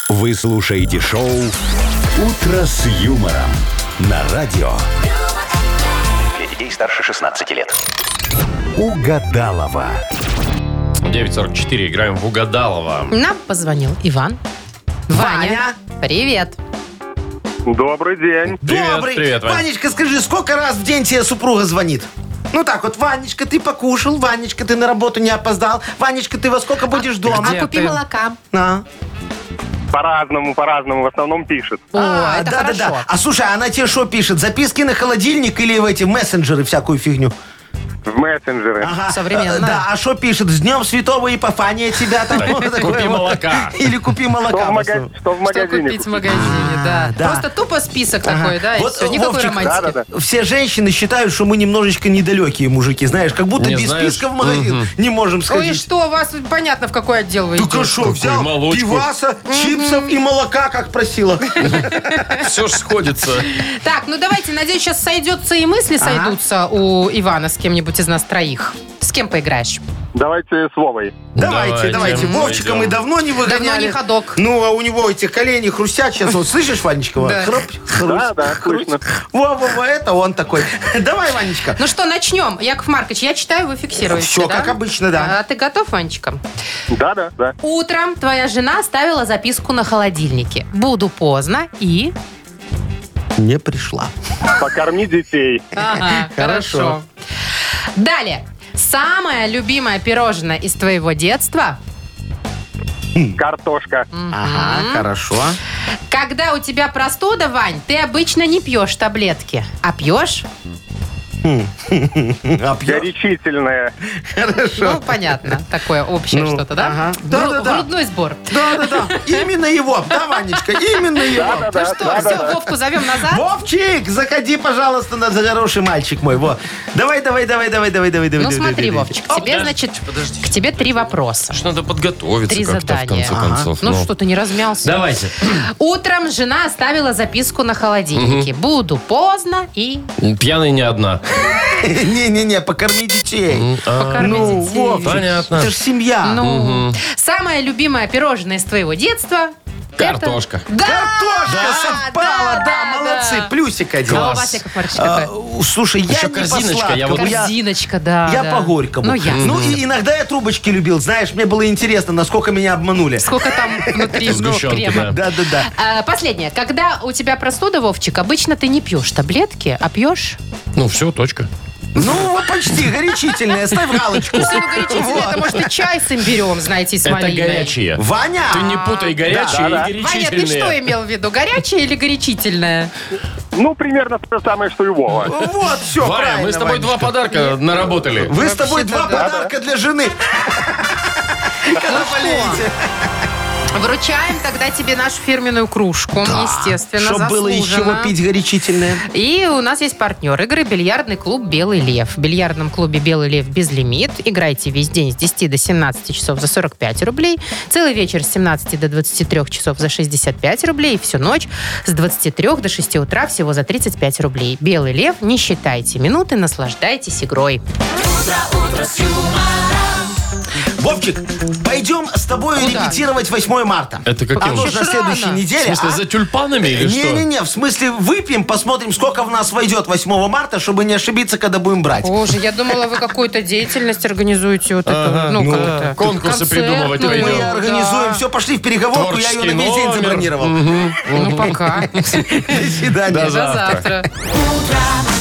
A: Вы слушаете шоу «Утро с юмором» на радио.
G: Для детей старше 16 лет.
A: Угадалова.
D: 944, играем в Угадалова.
E: Нам позвонил Иван. Ваня. Привет.
H: Добрый день.
D: Привет,
F: Добрый.
D: привет, Вань.
F: Ванечка, скажи, сколько раз в день тебе супруга звонит? Ну так вот, Ванечка, ты покушал, Ванечка, А ты на работу не опоздал, Ванечка, ты во сколько будешь дома?
E: А купи
D: ты?
E: молока.
F: На.
H: По-разному, по-разному, в основном пишет.
E: О,
F: А,
E: это
F: да, да,
E: хорошо.
F: да. А слушай, а она тебе что пишет? Записки на холодильник или в эти мессенджеры всякую фигню?
H: В мессенджеры.
F: Ага.
E: Современно.
F: Э, Да, а что пишет? С днем святого Епофания тебя там. вот такое вот.
D: молока.
F: Или купи
H: Что,
F: молока.
H: Ну, в мага-
F: просто.
H: что в
E: Что
H: магазине?
E: купить в магазине, да.
F: А, да.
E: Просто тупо список
F: Ага.
E: такой, да, и
F: Вот,
E: все. Никакой
F: Вовчик,
E: романтики.
H: да-да-да.
F: Все женщины считают, что мы немножечко недалекие мужики, знаешь, как будто
D: Не
F: без
D: знаешь?
F: списка в магазин не можем
E: Ой, и
F: сходить.
E: что, у вас понятно, в какой отдел вы
F: Только
E: идете.
F: что, взял
D: молочку.
F: пиваса, чипсов и молока, как просила.
D: Все ж сходится.
E: Так, ну давайте, надеюсь, сейчас сойдется и мысли сойдутся у Ивана с кем-нибудь из нас троих. С кем поиграешь?
H: Давайте с Вовой.
F: Давайте, давайте.
D: мы
F: Вовчика
D: идем.
F: мы давно не выгоняли.
E: Давно не ходок.
F: Ну, а у него эти колени хрустят сейчас. Вот слышишь, Ванечка? вот,
E: Да.
F: Хруп, хруст,
H: Да, да,
F: хруст.
H: слышно.
F: Во, во, во, это он такой. Давай, Ванечка.
E: Ну что, начнем. Яков Маркович, я читаю, вы фиксируете.
F: Всё,
E: да?
F: как обычно, да.
E: А ты готов, Ванечка?
H: Да, да, да.
E: Утром твоя жена оставила записку на холодильнике. Буду поздно и... Ну.
F: Не пришла.
H: Покорми детей.
E: Ага,
F: Хорошо.
E: Далее. Самое любимое пирожное из твоего детства,
H: Картошка.
F: Ага, хорошо.
E: когда у тебя простуда, Вань, ты обычно не пьешь таблетки, а пьешь?
F: А пьё-
H: Горячительная.
E: Ну, понятно, такое общее
F: Ну,
E: что-то, да?
F: ага. Да-да-да.
E: Гру- Грудной сбор. Ну
F: Да, да, да. Именно его. Да, Ванечка, именно его.
E: Ну что, все, Вовку зовем назад. Ну,
F: Вовчик, заходи, пожалуйста, на за хороший мальчик мой. Во. Давай, давай, давай, давай, давай, давай, давай.
E: Ну
F: давай,
E: смотри,
F: давай, давай.
E: Вовчик, тебе, значит,
D: подождите.
E: к тебе три вопроса.
D: Ж надо подготовиться
E: Три
D: как-то в
E: задания.
D: конце
E: Ага.
D: концов.
E: Ну что, ты не размялся?
D: Давайте.
E: Утром жена оставила записку на холодильнике. Буду поздно и
D: Пьяный не одна.
F: Не-не-не, покорми детей.
E: покормить
F: Ну,
E: детей.
F: Вов,
D: Понятно.
F: Это ж семья.
E: Ну, самое любимое пирожное из твоего детства... это-
D: Картошка.
E: Да!
F: Картошка
E: Да,
F: совпала, да,
E: да,
F: молодцы,
E: да.
F: плюсик один.
E: А у вас, Яков Маркович, какой?
F: А, у- слушай, я
D: Еще
F: не
D: корзиночка,
F: по
D: я вот-
F: сладкому, Ну, я-
E: Корзиночка, да.
F: Я
E: да.
F: по горькому.
E: Ну, ясно.
F: Ну, и иногда я трубочки любил, знаешь, мне было интересно, насколько меня обманули.
E: Сколько там внутри ну,
D: Сгущенки,
E: крема.
F: Да, да, да.
E: А, Последнее. Когда у тебя простуда, Вовчик, обычно ты не пьешь таблетки, а пьешь...
D: Ну все, точка.
F: Ну, вот почти горячительная, ставь галочку.
E: Ну, самое горячительное,
F: Вот.
E: это может и чай с имбирем, знаете, и с
D: Это
E: малиной.
D: горячие.
F: Ваня!
D: Ты не путай горячие
H: Да-да.
D: и
E: Ваня, ты что
D: горячительные.
E: имел в виду? Горячее или горячительное?
H: Ну, примерно то же самое, что и Вова.
F: Вот, все,
D: Ваня,
F: правильно,
D: мы с тобой
F: Ваня.
D: два подарка наработали.
F: Вы с тобой
E: Вообще-то
F: два
E: да.
F: подарка для жены. Ну Когда болеете.
E: Вручаем тогда тебе нашу фирменную кружку, естественно,
F: Чтоб было из чего
E: заслуженно.
F: пить горячительное.
E: И у нас есть партнер игры «Бильярдный клуб «Белый лев». В бильярдном клубе «Белый лев» безлимит. Играйте весь день с 10 до 17 часов за 45 рублей, целый вечер с 17 до 23 часов за 65 рублей, и всю ночь с 23 до 6 утра всего за 35 рублей. «Белый лев», не считайте минуты, наслаждайтесь игрой.
F: Вовчик, пойдем с тобой
E: Куда?
F: репетировать 8 марта.
D: Это
F: А
D: каким?
F: то
D: В
F: ж на
E: Еще
F: следующей
E: Ну рано.
F: неделе.
D: смысле, за тюльпанами или что?
F: А? Не-не-не, в смысле выпьем, посмотрим, сколько в нас войдет 8 марта, чтобы не ошибиться, когда будем брать.
E: Боже, я думала, вы какую-то деятельность организуете. Вот
D: Ага,
E: это, ну,
D: ну,
E: как это?
D: конкурсы придумывать
E: Концертную,
F: Мы
D: пойдем.
E: да.
F: организуем, все, пошли в переговорку, я ее на
D: Творческий
F: весь день
D: номер.
F: забронировал.
E: Ну, пока.
F: До свидания.
E: До завтра.
J: утро